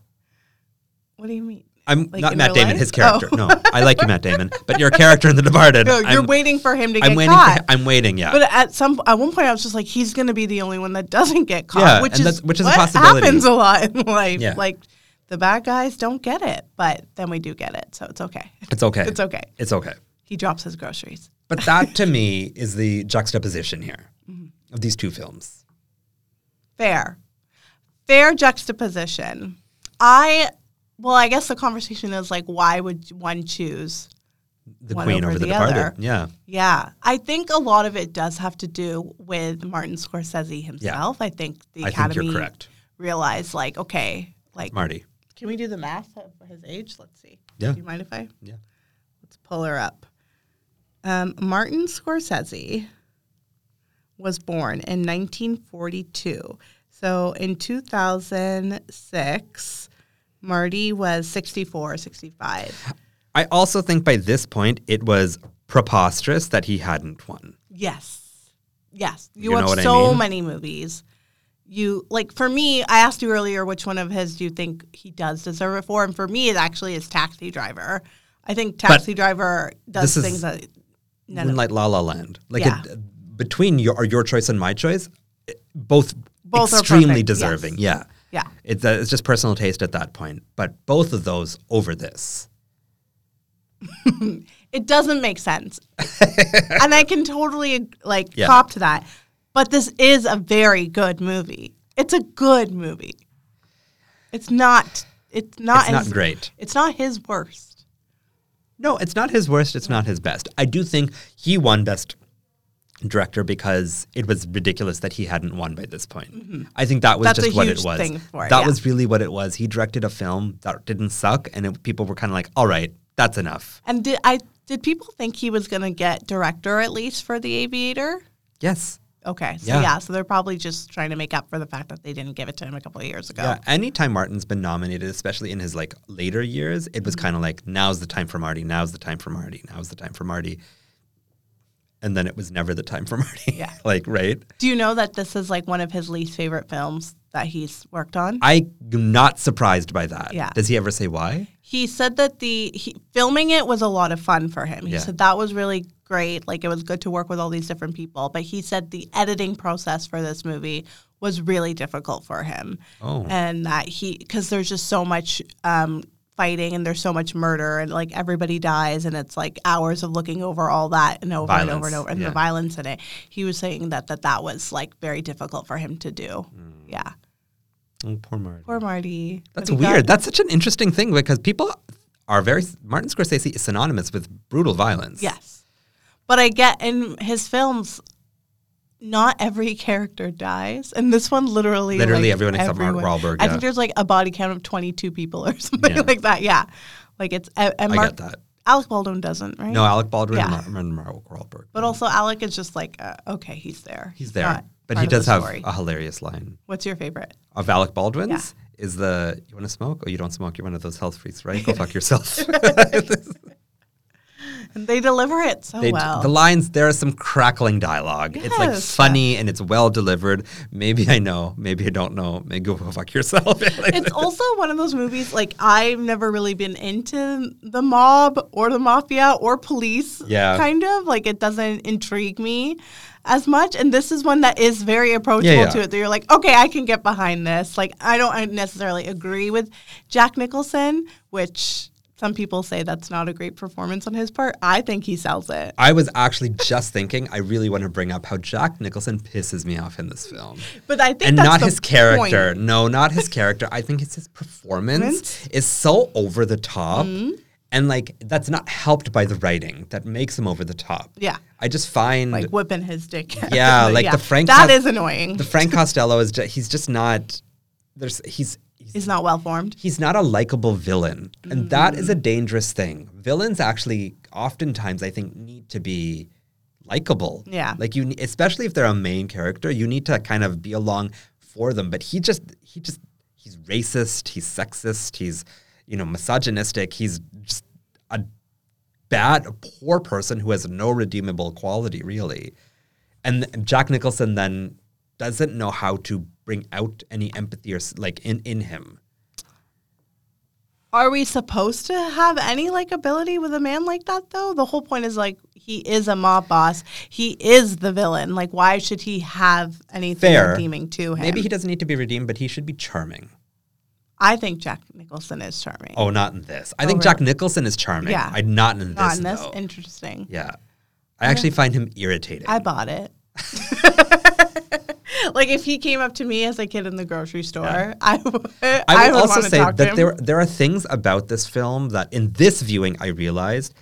A: What do you mean?
B: I'm
A: Like
B: not
A: in
B: Matt
A: real
B: Damon,
A: life?
B: his character.
A: Oh.
B: No, I like you, Matt Damon, but your character in The Departed.
A: No, you're
B: I'm,
A: waiting for him to get
B: I'm waiting.
A: caught.
B: For, I'm waiting. Yeah.
A: But at some at one point, I was just like, he's going to be the only one that doesn't get caught,
B: Yeah,
A: which
B: and
A: is
B: that's- which is a
A: what
B: possibility.
A: happens a lot in life.
B: Yeah.
A: Like the bad guys don't get it, but then we do get it, so it's okay.
B: it's okay.
A: It's okay.
B: It's okay.
A: He drops his groceries.
B: But that to me is the juxtaposition here
A: Mm-hmm.
B: of these two films.
A: Fair, fair juxtaposition. I well, I guess the conversation is like, why would one choose
B: The
A: One
B: Queen
A: over
B: over the,
A: the
B: Departed.
A: other.
B: Yeah.
A: Yeah, I think a lot of it does have to do with Martin Scorsese himself. I think the
B: I think you're
A: Academy
B: correct.
A: realized, like, okay, like,
B: Marty.
A: can we do the math of his age? Let's see.
B: Yeah.
A: Do you mind if I?
B: Yeah.
A: Let's pull her up. Um, Martin Scorsese was born in 1942. So in 2006, Marty was 64, 65.
B: I also think by this point it was preposterous that he hadn't won.
A: Yes. Yes. You,
B: You know
A: watch
B: what I
A: so
B: mean?
A: many movies. You like for me, I asked you earlier which one of his do you think he does deserve it for? And for me it actually is Taxi Driver. I think Taxi Driver does
B: this is-
A: things that none
B: When
A: of
B: like La La Land, like
A: Yeah.
B: it, between your your choice and my choice, it- both
A: Both are
B: extremely
A: perfect,
B: deserving. Yeah.
A: Yeah.
B: It's, uh, it's just personal taste at that point, but both of those over this.
A: It doesn't make sense. and I can totally like
B: Yeah.
A: cop to that. But this is a very good movie. It's a good movie. It's not it's not
B: It's not
A: his-
B: great.
A: It's not his worst.
B: No, it's not his worst. It's not his best. I do think he won best director because it was ridiculous that he hadn't won by this point. I think that
A: Mm-hmm.
B: was
A: That's
B: just
A: a
B: what
A: huge
B: it was.
A: thing for it,
B: that
A: yeah.
B: was really what it was. He directed a film that didn't suck, and it, people were kind of like, "All right, that's enough."
A: And did I did people think he was gonna get director at least for the aviator?
B: Yes.
A: Okay. So yeah,
B: Yeah.
A: so they're probably just trying to make up for the fact that they didn't give it to him a couple of years ago.
B: Yeah. Anytime Martin's been nominated, especially in his like later years, it
A: Mm-hmm.
B: was kind of like, "Now's the time for Marty. Now's the time for Marty. Now's the time for Marty." And then it was never the time for Marty.
A: Yeah.
B: like right.
A: Do you know that this is like one of his least favorite films that he's worked on?
B: I'm not surprised by that.
A: Yeah.
B: Does he ever say why?
A: he said that the he, filming it was a lot of fun for him. He
B: Yeah.
A: said that was really great. Like it was good to work with all these different people. But he said the editing process for this movie was really difficult for him.
B: Oh.
A: and that he because there's just so much um, fighting and there's so much murder and like everybody dies and it's like hours of looking over all that and over and over and
B: Violence,
A: over and the
B: yeah.
A: violence in it. He was saying that that that was like very difficult for him to do. Yeah,
B: Mm. Oh, poor Marty.
A: poor Marty.
B: That's
A: But he got-
B: weird. That's such an interesting thing because people are very Martin Scorsese is synonymous with brutal violence.
A: Yes. But I get in his films, not every character dies. And this one literally.
B: Literally
A: like,
B: everyone except Mark
A: everyone-
B: Wahlberg,
A: I
B: yeah.
A: think there's like a body count of 22 people or something
B: Yeah.
A: like that. Yeah. Like it's. And and
B: I
A: Mark,
B: get that.
A: Alec Baldwin doesn't, right?
B: No, Alec Baldwin
A: Yeah.
B: and Mar- and Mark Wahlberg.
A: But also, Alec is just like, uh, okay, he's there.
B: he's there,
A: not
B: but
A: part
B: he
A: of the
B: does have
A: story.
B: a hilarious line
A: What's your favorite?
B: of Alec Baldwin's. Is the you want to smoke? Oh, you don't smoke. You're one of those health freaks, right? Go fuck yourself.
A: Oh, And they deliver it so
B: They d-
A: well.
B: the lines there is some crackling dialogue. It's like
A: Yes.
B: funny and it's well delivered. Maybe I know. Maybe I don't know. Maybe go fuck yourself. Like,
A: it's also one of those movies like I've never really been into the mob or the mafia or police.
B: Yeah.
A: Kind of like it doesn't intrigue me as much. And this is one that is very approachable
B: Yeah, yeah.
A: to it. That you're like, okay, I can get behind this. Like I don't necessarily agree with Jack Nicholson, which some people say that's not a great performance on his part. I think he sells it.
B: I was actually just thinking, I really want to bring up how Jack Nicholson pisses me off in this film.
A: But I think
B: And
A: that's
B: not
A: the
B: his character.
A: point.
B: No, not his character. I think it's his performance is so over the top.
A: Mm-hmm.
B: And like that's not helped by the writing that makes him over the top.
A: Yeah.
B: I just find
A: Like whipping his dick.
B: Yeah, like the Frank
A: That
B: Cos-
A: is annoying.
B: the Frank Costello is just, he's just not there's he's
A: He's not well formed.
B: he's not a likable villain. And that is a dangerous thing. Villains actually oftentimes I think need to be likable.
A: Yeah.
B: Like you ne- especially if they're a main character, you need to kind of be along for them, but he just he just he's racist, he's sexist, he's you know misogynistic, he's just a bad poor person who has no redeemable quality really. And th- Jack Nicholson then doesn't know how to bring out any empathy or s- like in in him.
A: Are we supposed to have any likability with a man like that though? The whole point is like he is a mob boss. He is the villain. Like why should he have anything
B: Fair.
A: redeeming to him?
B: Maybe he doesn't need to be redeemed, but he should be charming.
A: I think Jack Nicholson is charming.
B: Oh, not in this. I think Jack Nicholson is charming.
A: Yeah.
B: I not in
A: Not
B: this.
A: in this.
B: though.
A: Interesting.
B: yeah. I actually find him irritating.
A: I bought it. like if he came up to me as a kid in the grocery store, I would. I,
B: I would
A: would
B: also
A: wanna
B: say
A: talk to
B: that
A: him.
B: there there are things about this film that in this viewing I realized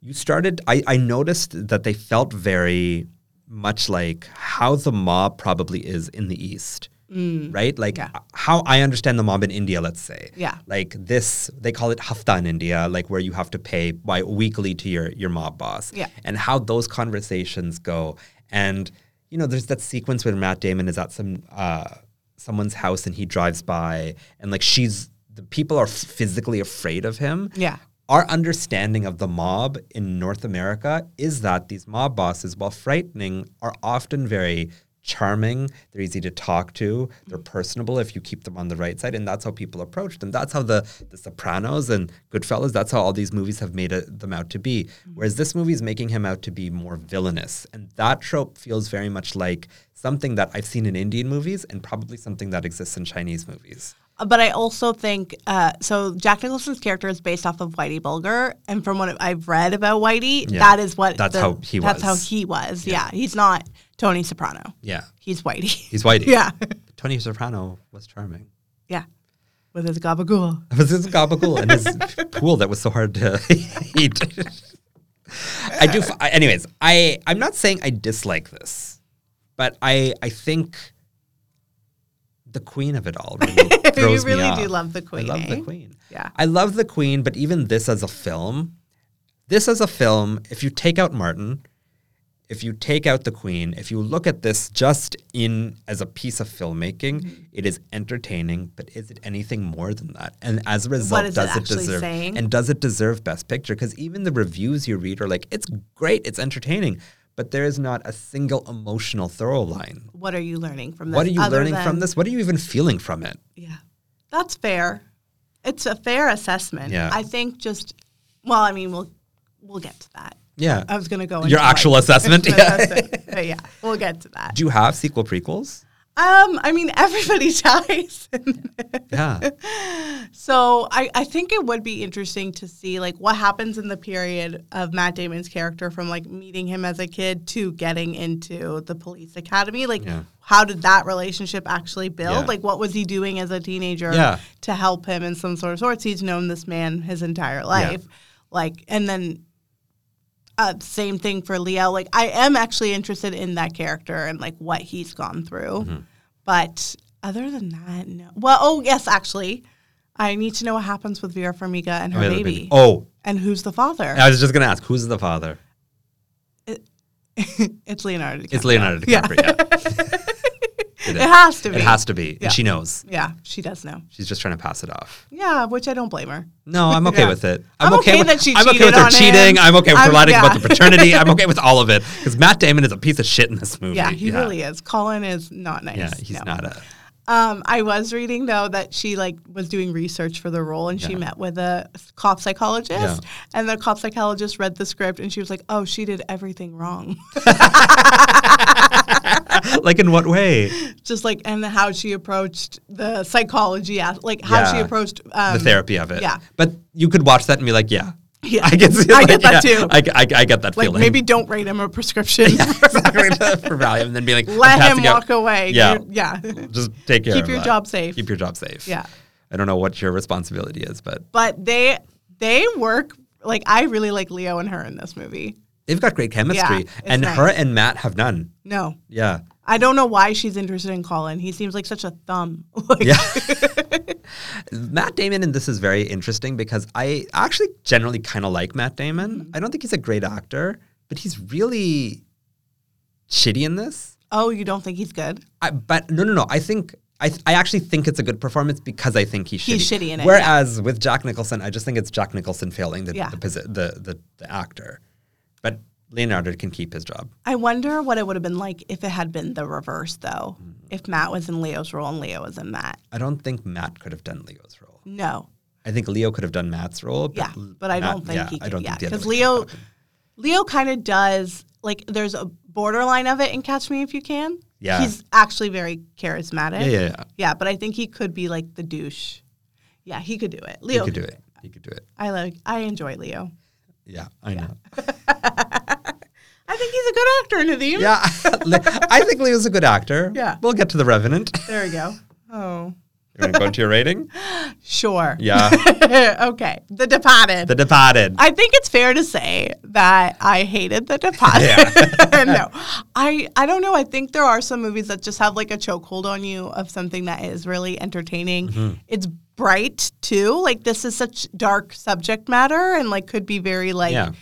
B: you started I, I noticed that they felt very much like how the mob probably is in the East. Right? Like
A: Mm. Yeah.
B: how I understand the mob in India, let's say.
A: Yeah.
B: Like this they call it hafta in India, like where you have to pay bi weekly to your your mob boss.
A: Yeah.
B: And how those conversations go. And you know, there's that sequence where Matt Damon is at some uh, someone's house and he drives by and like she's the people are physically afraid of him.
A: Yeah.
B: Our understanding of the mob in North America is that these mob bosses, while frightening, are often very charming. They're easy to talk to. They're
A: Mm.
B: personable if you keep them on the right side, and that's how people approach them. That's how the The Sopranos and Goodfellas. That's how all these movies have made it, them out to be.
A: Mm.
B: Whereas this movie is making him out to be more villainous, and that trope feels very much like something that I've seen in Indian movies, and probably something that exists in Chinese movies.
A: But I also think uh, so. Jack Nicholson's character is based off of Whitey Bulger, and from what I've read about Whitey,
B: Yeah.
A: that is what
B: That's how he
A: That's how
B: was.
A: he was. Yeah, he's not Tony Soprano.
B: Yeah,
A: He's Whitey.
B: he's whitey.
A: yeah,
B: Tony Soprano was charming.
A: yeah, with his gabagool.
B: It was his gabagool and his pool that was so hard to eat. I do. f- I- Anyways, I I'm not saying I dislike this, but I I think the queen of it all really throws
A: you
B: me
A: really
B: off.
A: do love the Queen.
B: I love
A: eh?
B: the queen.
A: Yeah.
B: I love the queen, but even this as a film, this as a film, if you take out Martin, if you take out the queen, if you look at this just in as a piece of filmmaking,
A: Mm-hmm.
B: it is entertaining, but is it anything more than that? And as a result,
A: is it
B: does it,
A: actually
B: deserve
A: saying?
B: and does it deserve best picture? Because even the reviews you read are like, it's great, it's entertaining, but there is not a single emotional thorough line.
A: What are you learning from this?
B: What are you
A: other
B: learning
A: than-
B: from this? What are you even feeling from it?
A: Yeah, that's fair. It's a fair assessment.
B: Yeah.
A: I think just well, I mean, we'll we'll get to that.
B: Yeah.
A: I was gonna go into
B: Your actual
A: like,
B: assessment. Yeah.
A: assessment, but yeah, we'll get to that.
B: Do you have sequel prequels?
A: Um, I mean, everybody dies.
B: Yeah.
A: so I, I think it would be interesting to see like what happens in the period of Matt Damon's character from like meeting him as a kid to getting into the police academy. Like
B: Yeah.
A: how did that relationship actually build?
B: Yeah.
A: Like what was he doing as a teenager
B: Yeah.
A: to help him in some sort of sorts? He's known this man his entire life. Like and then uh, same thing for Leo. Like I am actually interested in that character and like what he's gone through.
B: Mm-hmm.
A: But other than that, no. Well, oh yes, actually, I need to know what happens with Vera Farmiga and her
B: Wait,
A: baby,
B: wait, wait. Oh,
A: and who's the father.
B: I was just gonna ask, who's the father?
A: it's Leonardo. DiCaprio.
B: It's Leonardo
A: Yeah.
B: DiCaprio. Yeah.
A: It has to be.
B: It has to be,
A: Yeah.
B: and she knows.
A: Yeah, she does know.
B: She's just trying to pass it off.
A: Yeah, which I don't blame her.
B: No, I'm okay
A: Yeah.
B: with it.
A: I'm okay
B: with,
A: that she
B: I'm okay
A: cheated
B: with her
A: on him.
B: cheating. I'm okay with her
A: I'm-
B: lying
A: yeah.
B: about the paternity. I'm okay with all of it because Matt Damon is a piece of shit in this movie.
A: Yeah, he really is. Colin is not nice.
B: Yeah, he's
A: no.
B: not a.
A: Um, I was reading though that she like was doing research for the role, and she
B: Yeah.
A: met with a cop
B: Yeah.
A: psychologist, and the cop psychologist read the script, and she was like, "Oh, she did everything wrong."
B: Like in what way?
A: Just like and how she approached the psychology, as- like how she
B: Yeah.
A: approached um,
B: the therapy of it.
A: yeah.
B: But you could watch that and be like, yeah,
A: Yeah.
B: I get,
A: I get that too.
B: I, I- I get that
A: Like
B: feeling.
A: maybe don't write him a prescription.
B: exactly for Valium, and then be like, I'm
A: Let him
B: passing out.
A: walk away.
B: Yeah.
A: You're- yeah.
B: Just take care.
A: Keep
B: of
A: your
B: that.
A: job safe.
B: Keep your job safe.
A: Yeah.
B: I don't know what your responsibility is, but
A: but they they work like I really like Leo and her in this movie.
B: they've got great chemistry,
A: it's
B: and
A: nice.
B: her and Matt have none.
A: No,
B: Yeah,
A: I don't know why she's interested in Colin. He seems like such a thumb. Like,
B: Yeah. Matt Damon in this is very interesting because I actually generally kind of like Matt Damon.
A: Mm-hmm.
B: I don't think he's a great actor, but he's really shitty in this.
A: Oh, you don't think he's good?
B: I, but no, no, no. I think I, th- I actually think it's a good performance because I think he's shitty.
A: He's shitty in it,
B: Whereas with Jack Nicholson, I just think it's Jack Nicholson failing the
A: Yeah.
B: the, posi- the the the actor. But Leonardo can keep his job.
A: I wonder what it would have been like if it had been the reverse, though.
B: Mm-hmm.
A: If Matt was in Leo's role and Leo was in that.
B: I don't think Matt could have done Leo's role.
A: No.
B: I think Leo could have done Matt's role. But
A: Yeah.
B: L-
A: But I
B: Matt-
A: don't think
B: yeah,
A: he
B: I
A: could.
B: don't
A: Yeah.
B: think the other
A: Because
B: way
A: Leo,
B: around.
A: Leo kind of does, like, there's a borderline of it in Catch Me If You Can.
B: Yeah.
A: He's actually very charismatic.
B: Yeah, yeah, yeah.
A: Yeah, but I think he could be like the douche. Yeah, he could do it.
B: He
A: Leo,
B: could do it. He could do it.
A: I like. I enjoy Leo.
B: Yeah, I know.
A: I think he's a good actor in Nadim.
B: Yeah, Le- I think Leo's a good actor.
A: Yeah.
B: We'll get to The Revenant.
A: There we go. Oh,
B: You're going to go into your rating?
A: sure.
B: Yeah.
A: okay. The Departed.
B: the Departed.
A: I think it's fair to say that I hated The Departed. no, I I don't know. I think there are some movies that just have like a chokehold on you of something that is really entertaining.
B: Mm-hmm.
A: It's bright too. Like this is such dark subject matter and like could be very like.
B: Yeah.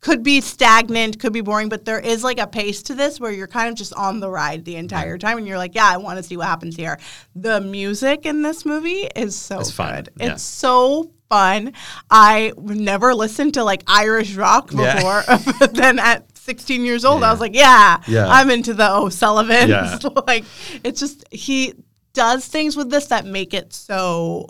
A: Could be stagnant, could be boring, but there is like a pace to this where you're kind of just on the ride
B: Mm-hmm.
A: the entire time, and you're like, "Yeah, I want to see what happens here." The music in this movie is so
B: It's fun,
A: good.
B: yeah.
A: It's so fun. I never listened to like Irish rock
B: Yeah.
A: before. but then at 16 years old, I
B: Yeah.
A: was like, yeah,
B: Yeah.
A: I'm into the O'Sullivans.
B: Yeah.
A: like, it's just, he does things with this that make it so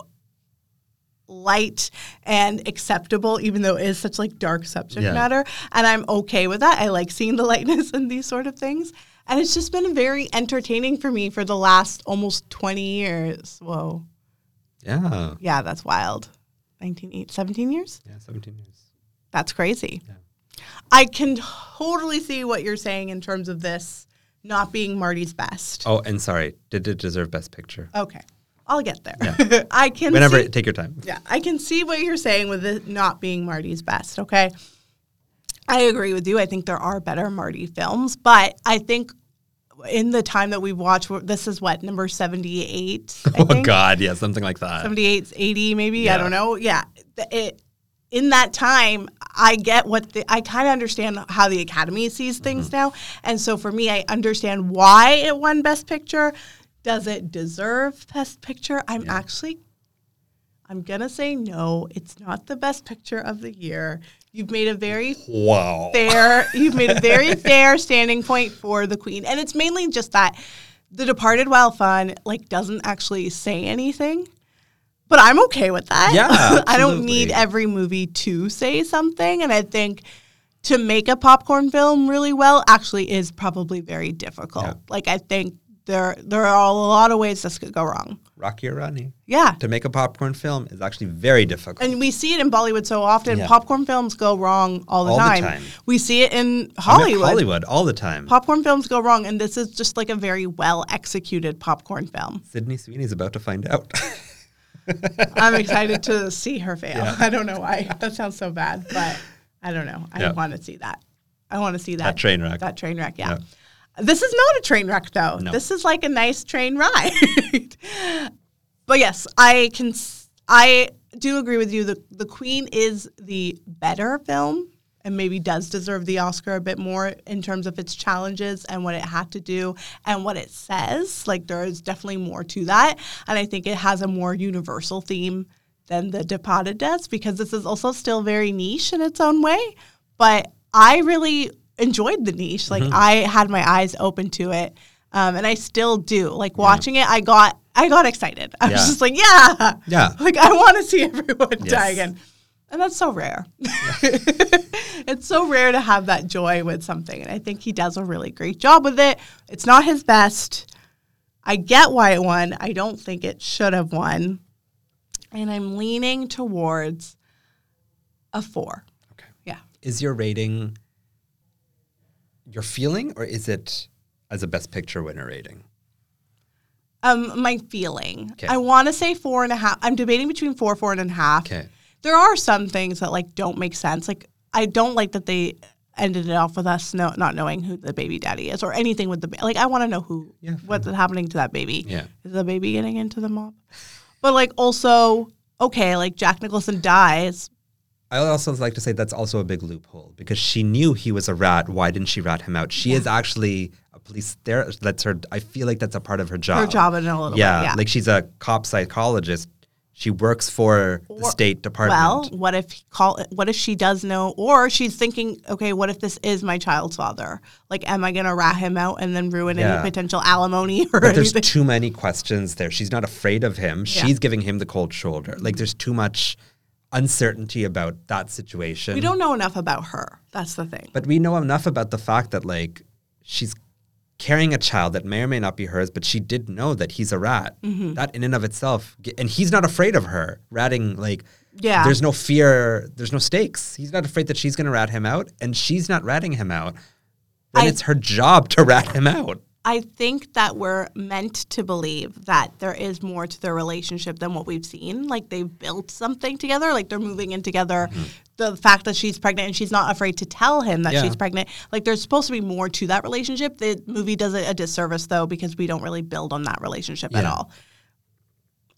A: light and acceptable even though it is such like dark subject
B: Yeah.
A: matter and i'm okay with that i like seeing the lightness in these sort of things and it's just been very entertaining for me for the last almost 20 years whoa
B: yeah.
A: yeah, that's wild. 19, eight- 17 years?
B: Yeah, 17 years.
A: That's crazy.
B: Yeah.
A: I can totally see what you're saying in terms of this not being Marty's best.
B: Oh, and sorry. Did it deserve Best Picture?
A: Okay. I'll get there. I can
B: Oh. Whenever,
A: see,
B: take your time.
A: yeah, I can see what you're saying with it not being Marty's best, okay? I agree with you. I think there are better Marty films, but I think in the time that we've watched, we're- this is what, number 78? I
B: Oh,
A: think?
B: God. Yeah, something like that.
A: 78, 80 maybe. I
B: Yeah.
A: don't know. Yeah. Th- It, in that time, I get what the, I kind of understand how the Academy
B: Mm-hmm.
A: sees things now. And so for me, I understand why it won Best Picture. Does it deserve Best Picture? I'm actually, I'm going to say no. It's not the Best Picture of the year. You've made a very
B: Wow.
A: fair. You've made a very fair standing point for the queen, and it's mainly just that the Departed, while fun, like doesn't actually say anything. But I'm okay with that.
B: Yeah,
A: I don't need
B: absolutely.
A: every movie to say something, and I think to make a popcorn film really well actually is probably very difficult.
B: Yeah.
A: Like I think there there are a lot of ways this could go wrong.
B: Rocky Rani.
A: Yeah.
B: To make a popcorn film is actually very difficult.
A: And we see it in Bollywood so often.
B: Yeah.
A: Popcorn films go wrong all the,
B: All the
A: time.
B: time.
A: We see it in
B: I mean,
A: Hollywood.
B: Hollywood all the time.
A: popcorn films go wrong, and this is just like a very well executed popcorn film.
B: Sydney Sweeney's about to find out.
A: I'm excited to see her fail.
B: Yeah.
A: I don't know why. That sounds so bad, but I don't know. I
B: Yeah.
A: want to see that. I want to see that,
B: That train wreck.
A: That train wreck, yeah.
B: Yeah.
A: This is not a train wreck, though.
B: No.
A: This is like a nice train ride. but yes, I can. s- I do agree with you. The The Queen is the better film, and maybe does deserve the Oscar a bit more in terms of its challenges and what it had to do and what it says. Like there is definitely more to that, and I think it has a more universal theme than The Departed does because this is also still very niche in its own way. But I really enjoyed the niche. Like I had my eyes open to it. Um, and I still do. Like watching it, I got I got excited. I was
B: Yeah.
A: just like, yeah,
B: Yeah.
A: Like I want to see everyone die
B: Yes.
A: again, and that's so rare. it's so rare to have that joy with something, and I think he does a really great job with it. It's not his best. I get why it won. I don't think it should have won, and I'm leaning towards a four.
B: okay.
A: Yeah.
B: is your rating your feeling or is it as a best picture winner rating?
A: um, my feeling.
B: 'Kay.
A: I want to say four and a half. I'm debating between four, four and a half.
B: Okay.
A: There are some things that like don't make sense. Like I don't like that they ended it off with us no, not knowing who the baby daddy is or anything with the ba- like. I want to know who
B: Yeah,
A: what's happening to that baby.
B: Yeah.
A: Is the baby getting into the mob? But like also okay, like Jack Nicholson dies.
B: I also like to say that's also a big loophole because she knew he was a rat. Why didn't she rat him out? She is actually a police therapist. That's her. I feel like that's a part of her job.
A: Her job in a little
B: Oh. Yeah,
A: way. Yeah.
B: like she's a cop psychologist. She works for the
A: Or-
B: State Department.
A: well, what if he call? What if she does know, or she's thinking, okay, what if this is my child's father? Like, am I gonna rat him out and then ruin
B: Yeah.
A: any potential alimony or
B: but there's
A: anything?
B: too many questions there. She's not afraid of him. She's giving him the cold shoulder. Like there's too much uncertainty about that situation.
A: we don't know enough about her. That's the thing.
B: but we know enough about the fact that like she's carrying a child that may or may not be hers but she did know that he's a rat
A: Mm-hmm.
B: that in and of itself g- and he's not afraid of her ratting like
A: Yeah.
B: there's no fear there's no stakes he's not afraid that she's going to rat him out and she's not ratting him out then
A: I-
B: it's her job to rat him out
A: I think that we're meant to believe that there is more to their relationship than what we've seen. Like they've built something together, like they're moving in together. The fact that she's pregnant and she's not afraid to tell him that
B: Mm-hmm. Yeah.
A: she's pregnant, like there's supposed to be more to that relationship. The movie does it a disservice though because we don't really build on that relationship at
B: Yeah.
A: all.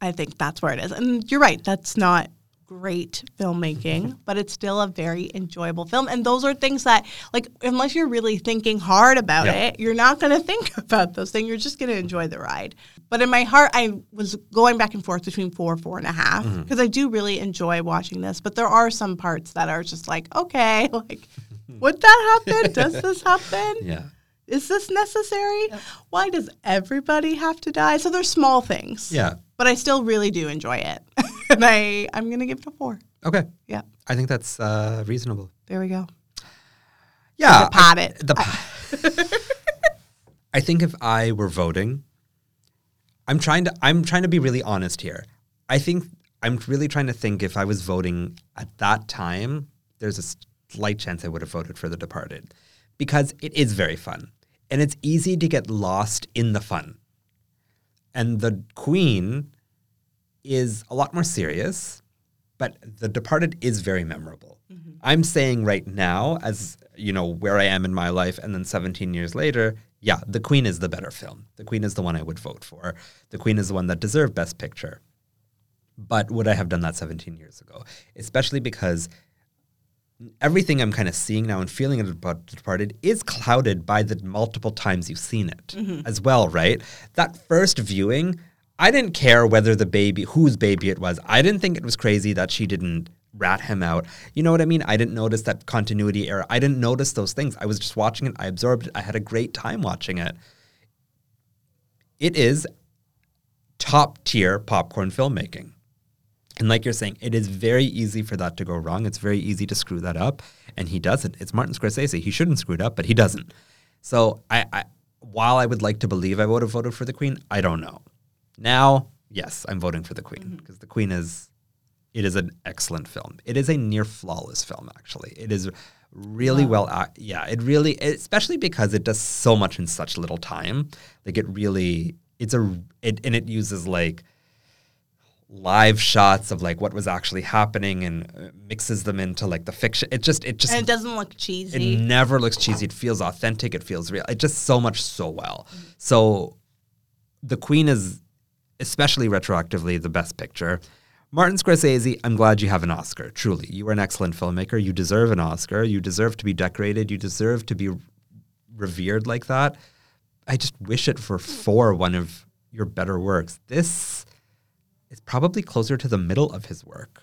A: I think that's where it is. And you're right, that's not great
B: Mm-hmm.
A: filmmaking, but it's still a very enjoyable film. And those are things that, like, unless you're really thinking hard about
B: Yeah.
A: it, you're not going to think about those things. You're just going to enjoy the ride. But in my heart, I was going back and forth between four, four and a half,
B: Mm-hmm.
A: because I do really enjoy watching this. But there are some parts that are just like, okay, like, would that happen? Does this happen?
B: yeah
A: Is this necessary? Why does everybody have to die? So there's small things
B: yeah
A: but I still really do enjoy it. and I, I'm going to give it a four.
B: okay
A: Yeah,
B: i think that's uh, reasonable
A: there we go.
B: yeah Uh, I-
A: Pot it.
B: the I think if I were voting, I'm trying to I'm trying to be really honest here. I think I'm really trying to think if I was voting at that time, there's a slight chance I would have voted for The Departed because it is very fun and it's easy to get lost in the fun. And The Queen is a lot more serious, but The Departed is very memorable. I'm saying right now, as you know, where I am in my life, and then 17 years later, yeah, The Queen is the better film. The Queen is the one I would vote for. The Queen is the one that deserved Best Picture. But would I have done that 17 years ago? Especially because everything I'm kind of seeing now and feeling about The Departed is clouded by the multiple times you've seen it as well, right? That first viewing, I didn't care whether the baby, whose baby it was. I didn't think it was crazy that she didn't rat him out. You know what I mean? I didn't notice that continuity error. I didn't notice those things. I was just watching it. I absorbed it. I had a great time watching it. It is top tier popcorn filmmaking. And like you're saying, it is very easy for that to go wrong. It's very easy to screw that up, and he doesn't. It's Martin Scorsese. He shouldn't screw it up, but he doesn't. So I, I while I would like to believe I would have voted for the Queen, I don't know. Now, yes, I'm voting for the Queen because the Queen is it is an excellent film. It is a near flawless film, actually. It is really well, act- yeah. It really, especially because it does so much in such little time. Like it really, it's a, it, and it uses like live shots of like what was actually happening and uh, mixes them into like the fiction. It just, it just
A: And it doesn't look
B: it
A: cheesy.
B: never looks cheesy. It feels authentic. It feels real. It just so much so well. So the Queen is especially retroactively the best picture. Martin Scorsese, I'm glad you have an Oscar. Truly, you are an excellent filmmaker. You deserve an Oscar. You deserve to be decorated. You deserve to be revered like that. I just wish it for for one of your better works. This is probably closer to the middle of his work,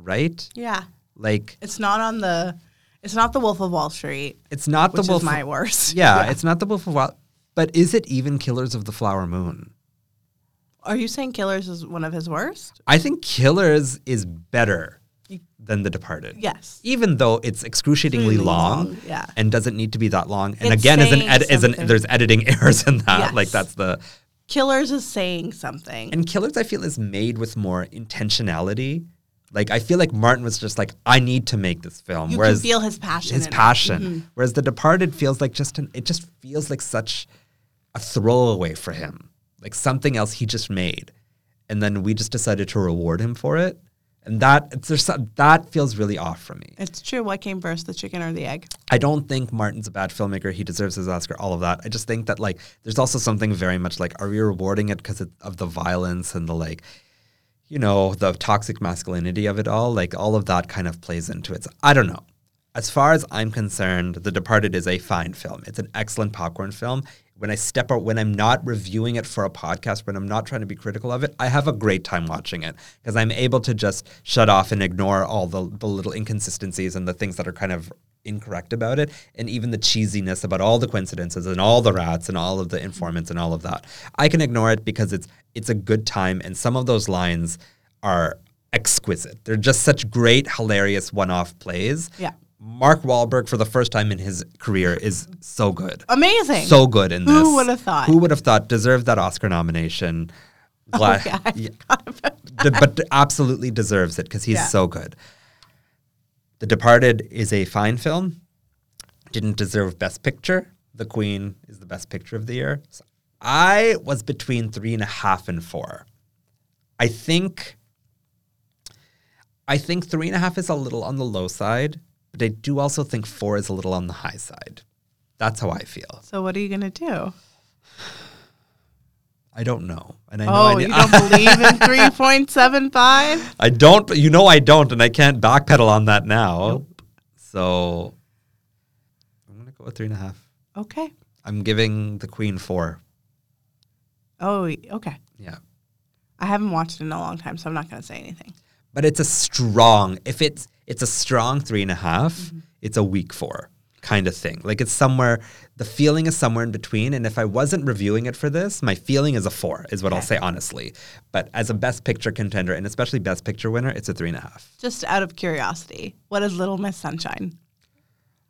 B: right?
A: yeah,
B: Like
A: it's not on the, it's not the Wolf of Wall Street,
B: it's not
A: which
B: the Wolf
A: is my worst.
B: Yeah, it's not the Wolf of Wall. But is it even Killers of the Flower Moon?
A: Are you saying Killers is one of his worst?
B: I think Killers is better than The Departed.
A: Yes.
B: Even though it's excruciatingly
A: Really
B: long,
A: long, yeah.
B: and doesn't need to be that long. And
A: It's
B: again, as an
A: saying
B: ed- as an
A: something.
B: there's editing errors in that.
A: Yes.
B: Like that's the
A: Killers is saying something.
B: and Killers I feel is made with more intentionality. Like I feel like Martin was just like I need to make this film.
A: you can
B: whereas
A: feel his passion.
B: his
A: in it. Mm-hmm.
B: passion. Whereas The Departed feels like just an, it just feels like such a throwaway for him, like something else he just made, and then we just decided to reward him for it. And that it's, there's some, that feels really off for me.
A: It's true. What came first, the chicken or the egg?
B: I don't think Martin's a bad filmmaker. He deserves his Oscar. All of that. I just think that like there's also something very much like are we rewarding it because of the violence and the like, you know, the toxic masculinity of it all. Like all of that kind of plays into it. So, I don't know. As far as I'm concerned, The Departed is a fine film. It's an excellent popcorn film. When I step out, when I'm not reviewing it for a podcast, when I'm not trying to be critical of it, I have a great time watching it because I'm able to just shut off and ignore all the, the little inconsistencies and the things that are kind of incorrect about it, and even the cheesiness about all the coincidences and all the rats and all of the informants and all of that. I can ignore it because it's it's a good time, and some of those lines are exquisite. They're just such great, hilarious one-off plays.
A: Yeah.
B: Mark Wahlberg for the first time in his career is so good.
A: Amazing.
B: So good in this.
A: Who would've thought? Oh,
B: Who would have thought deserved that Oscar nomination? Glad,
A: yeah, I
B: Yeah,
A: forgot about-
B: d- but absolutely deserves it because he's
A: Yeah.
B: so good. The Departed is a fine film. Didn't deserve Best Picture. The Queen is the best picture of the year. So I was between three and a half and four. I think I think three and a half is a little on the low side, but I do also think four is a little on the high side. That's how I feel.
A: So what are you gonna do?
B: I don't know. And I know
A: Oh,
B: I,
A: you
B: need-
A: don't believe in three point seven five?
B: I don't, you know, I don't, and I can't backpedal on that now. So I'm going to go with three and a half.
A: Okay.
B: I'm giving the queen four.
A: Oh, okay.
B: Yeah.
A: I haven't watched it in a long time, so I'm not gonna say anything.
B: But it's a strong, if it's, it's a strong three and a half,
A: Mm-hmm.
B: it's a weak four kind of thing. Like it's somewhere, the feeling is somewhere in between. And if I wasn't reviewing it for this, my feeling is a four, is what I'll say honestly. But as a best picture contender, and especially best picture winner, it's a three and a half.
A: Just out of curiosity, what is Little Miss Sunshine?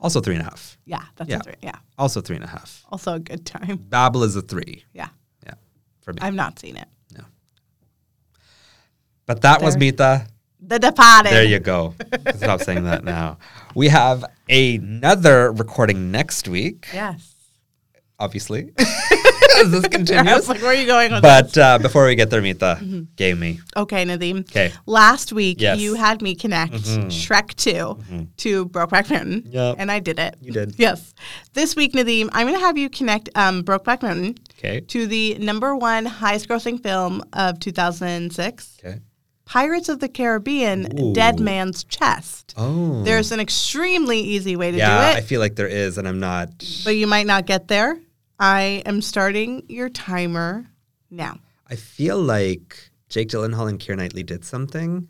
B: Also three and a half.
A: Yeah, that's
B: Yeah.
A: A three. yeah.
B: Also three and a half.
A: Also a good time.
B: Babel is a three.
A: Yeah,
B: Yeah. For me.
A: I've not seen it.
B: No. But that was
A: There.
B: Mita.
A: The Departed.
B: There you go. Stop saying that now. We have another recording next week,
A: Yes.
B: obviously. As
A: I
B: this
A: was
B: continues.
A: like, where are you going with
B: But uh, before we get there, Mita,
A: Mm-hmm.
B: gave me.
A: that? Okay, Nadeem.
B: 'Kay.
A: Last week,
B: Yes. Mm-hmm.
A: you had me connect Shrek 2 to Brokeback Mountain.
B: Yep.
A: And I did it. You
B: did.
A: Yes. This week, Nadeem, I'm going to have you connect um, Brokeback Mountain
B: Okay.
A: to the number one highest grossing film of 2006,
B: Okay.
A: Pirates of the Caribbean,
B: Ooh.
A: Dead Man's Chest.
B: Oh.
A: There's an extremely easy way to
B: yeah,
A: do
B: I
A: it,
B: feel like there is, and I'm not.
A: but you might not get there. I am starting your timer now.
B: I feel like Jake Gyllenhaal and Keira Knightley did something.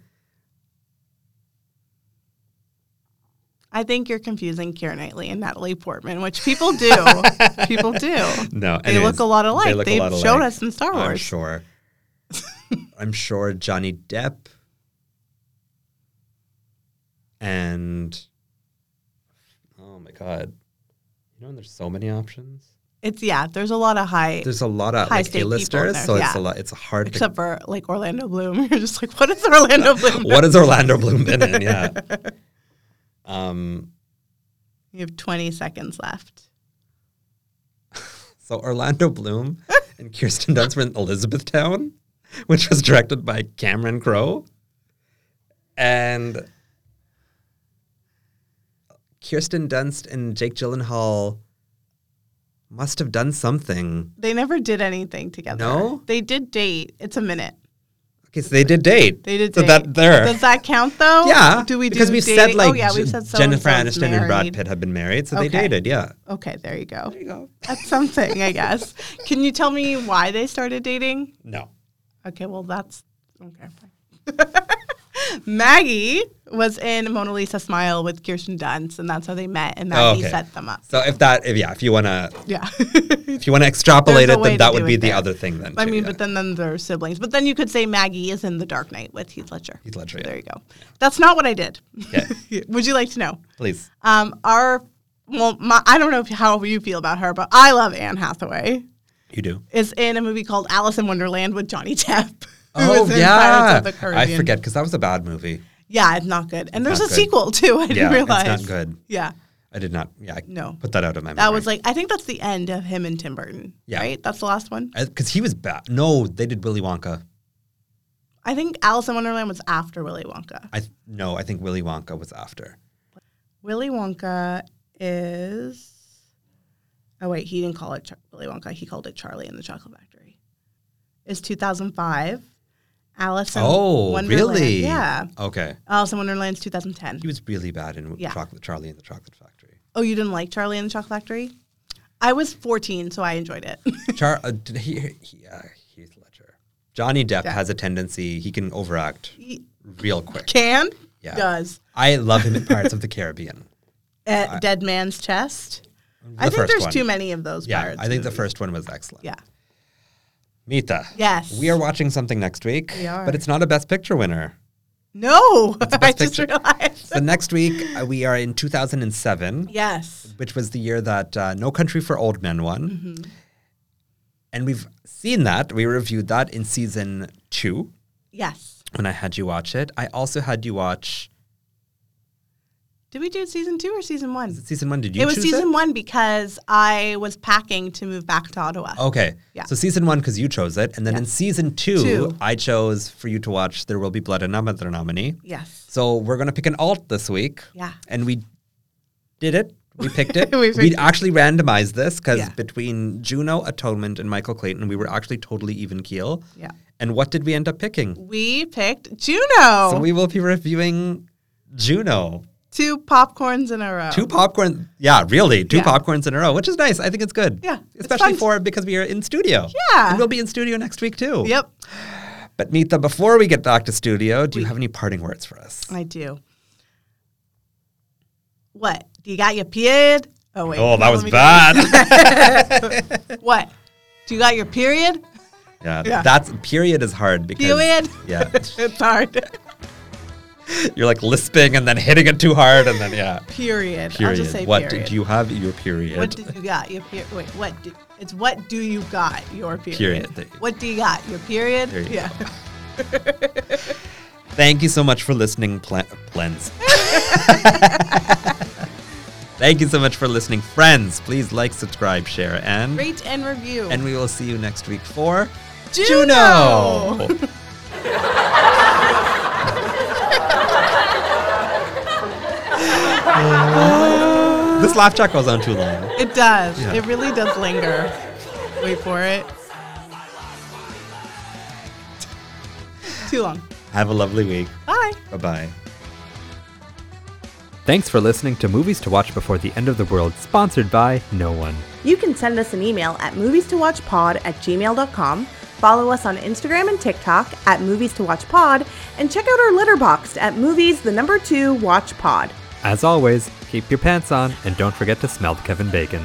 A: I think you're confusing Keira Knightley and Natalie Portman, which people do. people do.
B: No,
A: They
B: anyways,
A: look a lot alike.
B: look a
A: They
B: lot
A: showed
B: alike.
A: us in Star
B: I'm
A: Wars.
B: sure. I'm sure Johnny Depp and oh my god, you know, there's so many options.
A: It's yeah. There's a lot of high,
B: There's a lot of
A: High
B: like
A: state people in
B: A-listers,
A: there,
B: so it's
A: yeah.
B: a lot. It's hard.
A: except for like Orlando Bloom. You're just like, what is Orlando Bloom?
B: to, what has Orlando Bloom been in? Yeah. Um.
A: You have 20 seconds left.
B: So Orlando Bloom and Kirsten Dunst were in Elizabethtown, which was directed by Cameron Crowe, and Kirsten Dunst and Jake Gyllenhaal must have done something.
A: They never did anything together.
B: No?
A: they did date. It's a minute.
B: Okay, so they did date.
A: They did
B: So
A: date.
B: that there.
A: Does that count though?
B: yeah.
A: Do we do
B: because we've said
A: dating?
B: like
A: oh yeah we've
B: J-
A: said so
B: Jennifer
A: so's
B: Aniston and Brad
A: married.
B: Pitt had been married, so they
A: Okay.
B: dated. Yeah.
A: Okay, there you go.
B: you go.
A: That's something, I guess. Can you tell me why they started dating?
B: No.
A: Okay, well, that's okay. fine. Maggie was in Mona Lisa Smile with Kirsten Dunst, and that's how they met, and Maggie
B: Oh, okay.
A: set them up.
B: So if that, if, yeah, if you wanna,
A: Yeah.
B: if you wanna extrapolate
A: There's a
B: it,
A: way to
B: then that
A: do
B: would
A: it
B: be the
A: there.
B: other thing. Then
A: I
B: too,
A: mean,
B: yeah.
A: but then, then they're siblings. But then you could say Maggie is in The Dark Knight with Heath Ledger.
B: Heath Ledger, yeah.
A: There you go. That's not what I did.
B: Okay.
A: Would you like to know?
B: please.
A: Um, our, well, my, I don't know if, how you feel about her, but I love Anne Hathaway.
B: You do.
A: Is in a movie called Alice in Wonderland with Johnny Depp. who
B: Oh
A: is in
B: yeah,
A: Pirates of the
B: I
A: Caribbean.
B: forget because that was a bad movie.
A: Yeah, it's not good. And there's a
B: not good.
A: sequel too. I
B: Yeah,
A: didn't realize.
B: it's not good.
A: Yeah.
B: I did not. Yeah, I
A: No.
B: put that out of my mind.
A: That was like I think that's the end of him and Tim Burton.
B: Yeah.
A: Right? That's the last one.
B: because he was bad. No, they did Willy Wonka.
A: I think Alice in Wonderland was after Willy Wonka.
B: I th- no, I think Willy Wonka was after.
A: Willy Wonka is. Oh wait, he didn't call it Char- Willy Wonka. He called it Charlie and the Chocolate Factory. Is 2005. Alice in
B: oh,
A: Wonderland.
B: really?
A: Yeah.
B: Okay.
A: Alice in Wonderland's 2010.
B: He was really bad in
A: Yeah.
B: Chocolate Charlie and the Chocolate Factory.
A: Oh, you didn't like Charlie and the Chocolate Factory? I was 14, so I enjoyed it.
B: Char- uh, did he, he, uh, Heath Ledger. Johnny Depp
A: Yeah.
B: has a tendency, he can overact
A: He
B: real quick.
A: Can?
B: Yeah.
A: Does.
B: I love him in Pirates of the Caribbean.
A: At Dead Man's Chest? I
B: The
A: think
B: first
A: there's
B: one.
A: too many of those
B: Yeah,
A: pirates.
B: I think the
A: movies.
B: first one was excellent.
A: Yeah.
B: Mita.
A: Yes.
B: We are watching something next week,
A: We are.
B: but it's not a Best Picture winner.
A: No! I
B: best
A: just
B: picture.
A: realized.
B: So next week, uh, we are in 2007.
A: Yes.
B: which was the year that uh, No Country for Old Men won.
A: Mm-hmm.
B: And we've seen that. We reviewed that in season two
A: Yes.
B: when I had you watch it. I also had you watch
A: Did we do season two or season one?
B: season one. Did you
A: It was
B: choose
A: season one because I was packing to move back to Ottawa.
B: Okay.
A: Yeah.
B: So season one, because you chose it. And then in season two,
A: Two.
B: I chose for you to watch There Will Be Blood and Another Nominee.
A: Yes.
B: So we're going to pick an alt this week.
A: Yeah.
B: And we did it. We picked it.
A: We
B: we
A: picked it.
B: actually randomized this because
A: Yeah.
B: between Juno, Atonement, and Michael Clayton, we were actually totally even keel.
A: Yeah.
B: And what did we end up picking?
A: We picked Juno.
B: So we will be reviewing Juno.
A: two popcorns in a row.
B: Two popcorn, yeah, really, two
A: Oh. Yeah.
B: popcorns in a row, which is nice. I think it's good.
A: Yeah, it's
B: especially
A: fun.
B: for because we are in studio.
A: Yeah.
B: and we'll be in studio next week too.
A: Yep.
B: But Nita, before we get back to studio, do you have any parting words for us?
A: I do. What? Do you got your period? Oh wait.
B: Oh,
A: no,
B: that was
A: let me do
B: bad.
A: it. What? Do you got your period?
B: yeah,
A: Yeah.
B: that's period is hard because
A: Period.
B: yeah,
A: It's hard.
B: you're like lisping and then hitting it too hard and then yeah.
A: Period. I'll
B: Period.
A: just say
B: what
A: period.
B: did you have your period?
A: What did you got? Your period. Wait. What? Do, it's what do you got? Your period.
B: Period. There you go.
A: What do you got? Your period.
B: There you
A: yeah.
B: Thank you so much for listening, pl- plens. Thank you so much for listening, friends. Please like, subscribe, share, and
A: Rate and review.
B: and we will see you next week for
A: Juno!
B: Juno! this laugh track goes on too long.
A: it does.
B: Yeah.
A: It really does linger. Wait for it. Too long.
B: Have a lovely week.
A: Bye.
B: Bye bye. Thanks for listening to Movies to Watch Before the End of the World, sponsored by No One.
C: You can send us an email at movies to watch pod at gmail.com, follow us on Instagram and TikTok at movies to watch pod, and check out our letterboxd at movies the number two watch pod.
D: As always, keep your pants on and don't forget to smell the Kevin Bacon.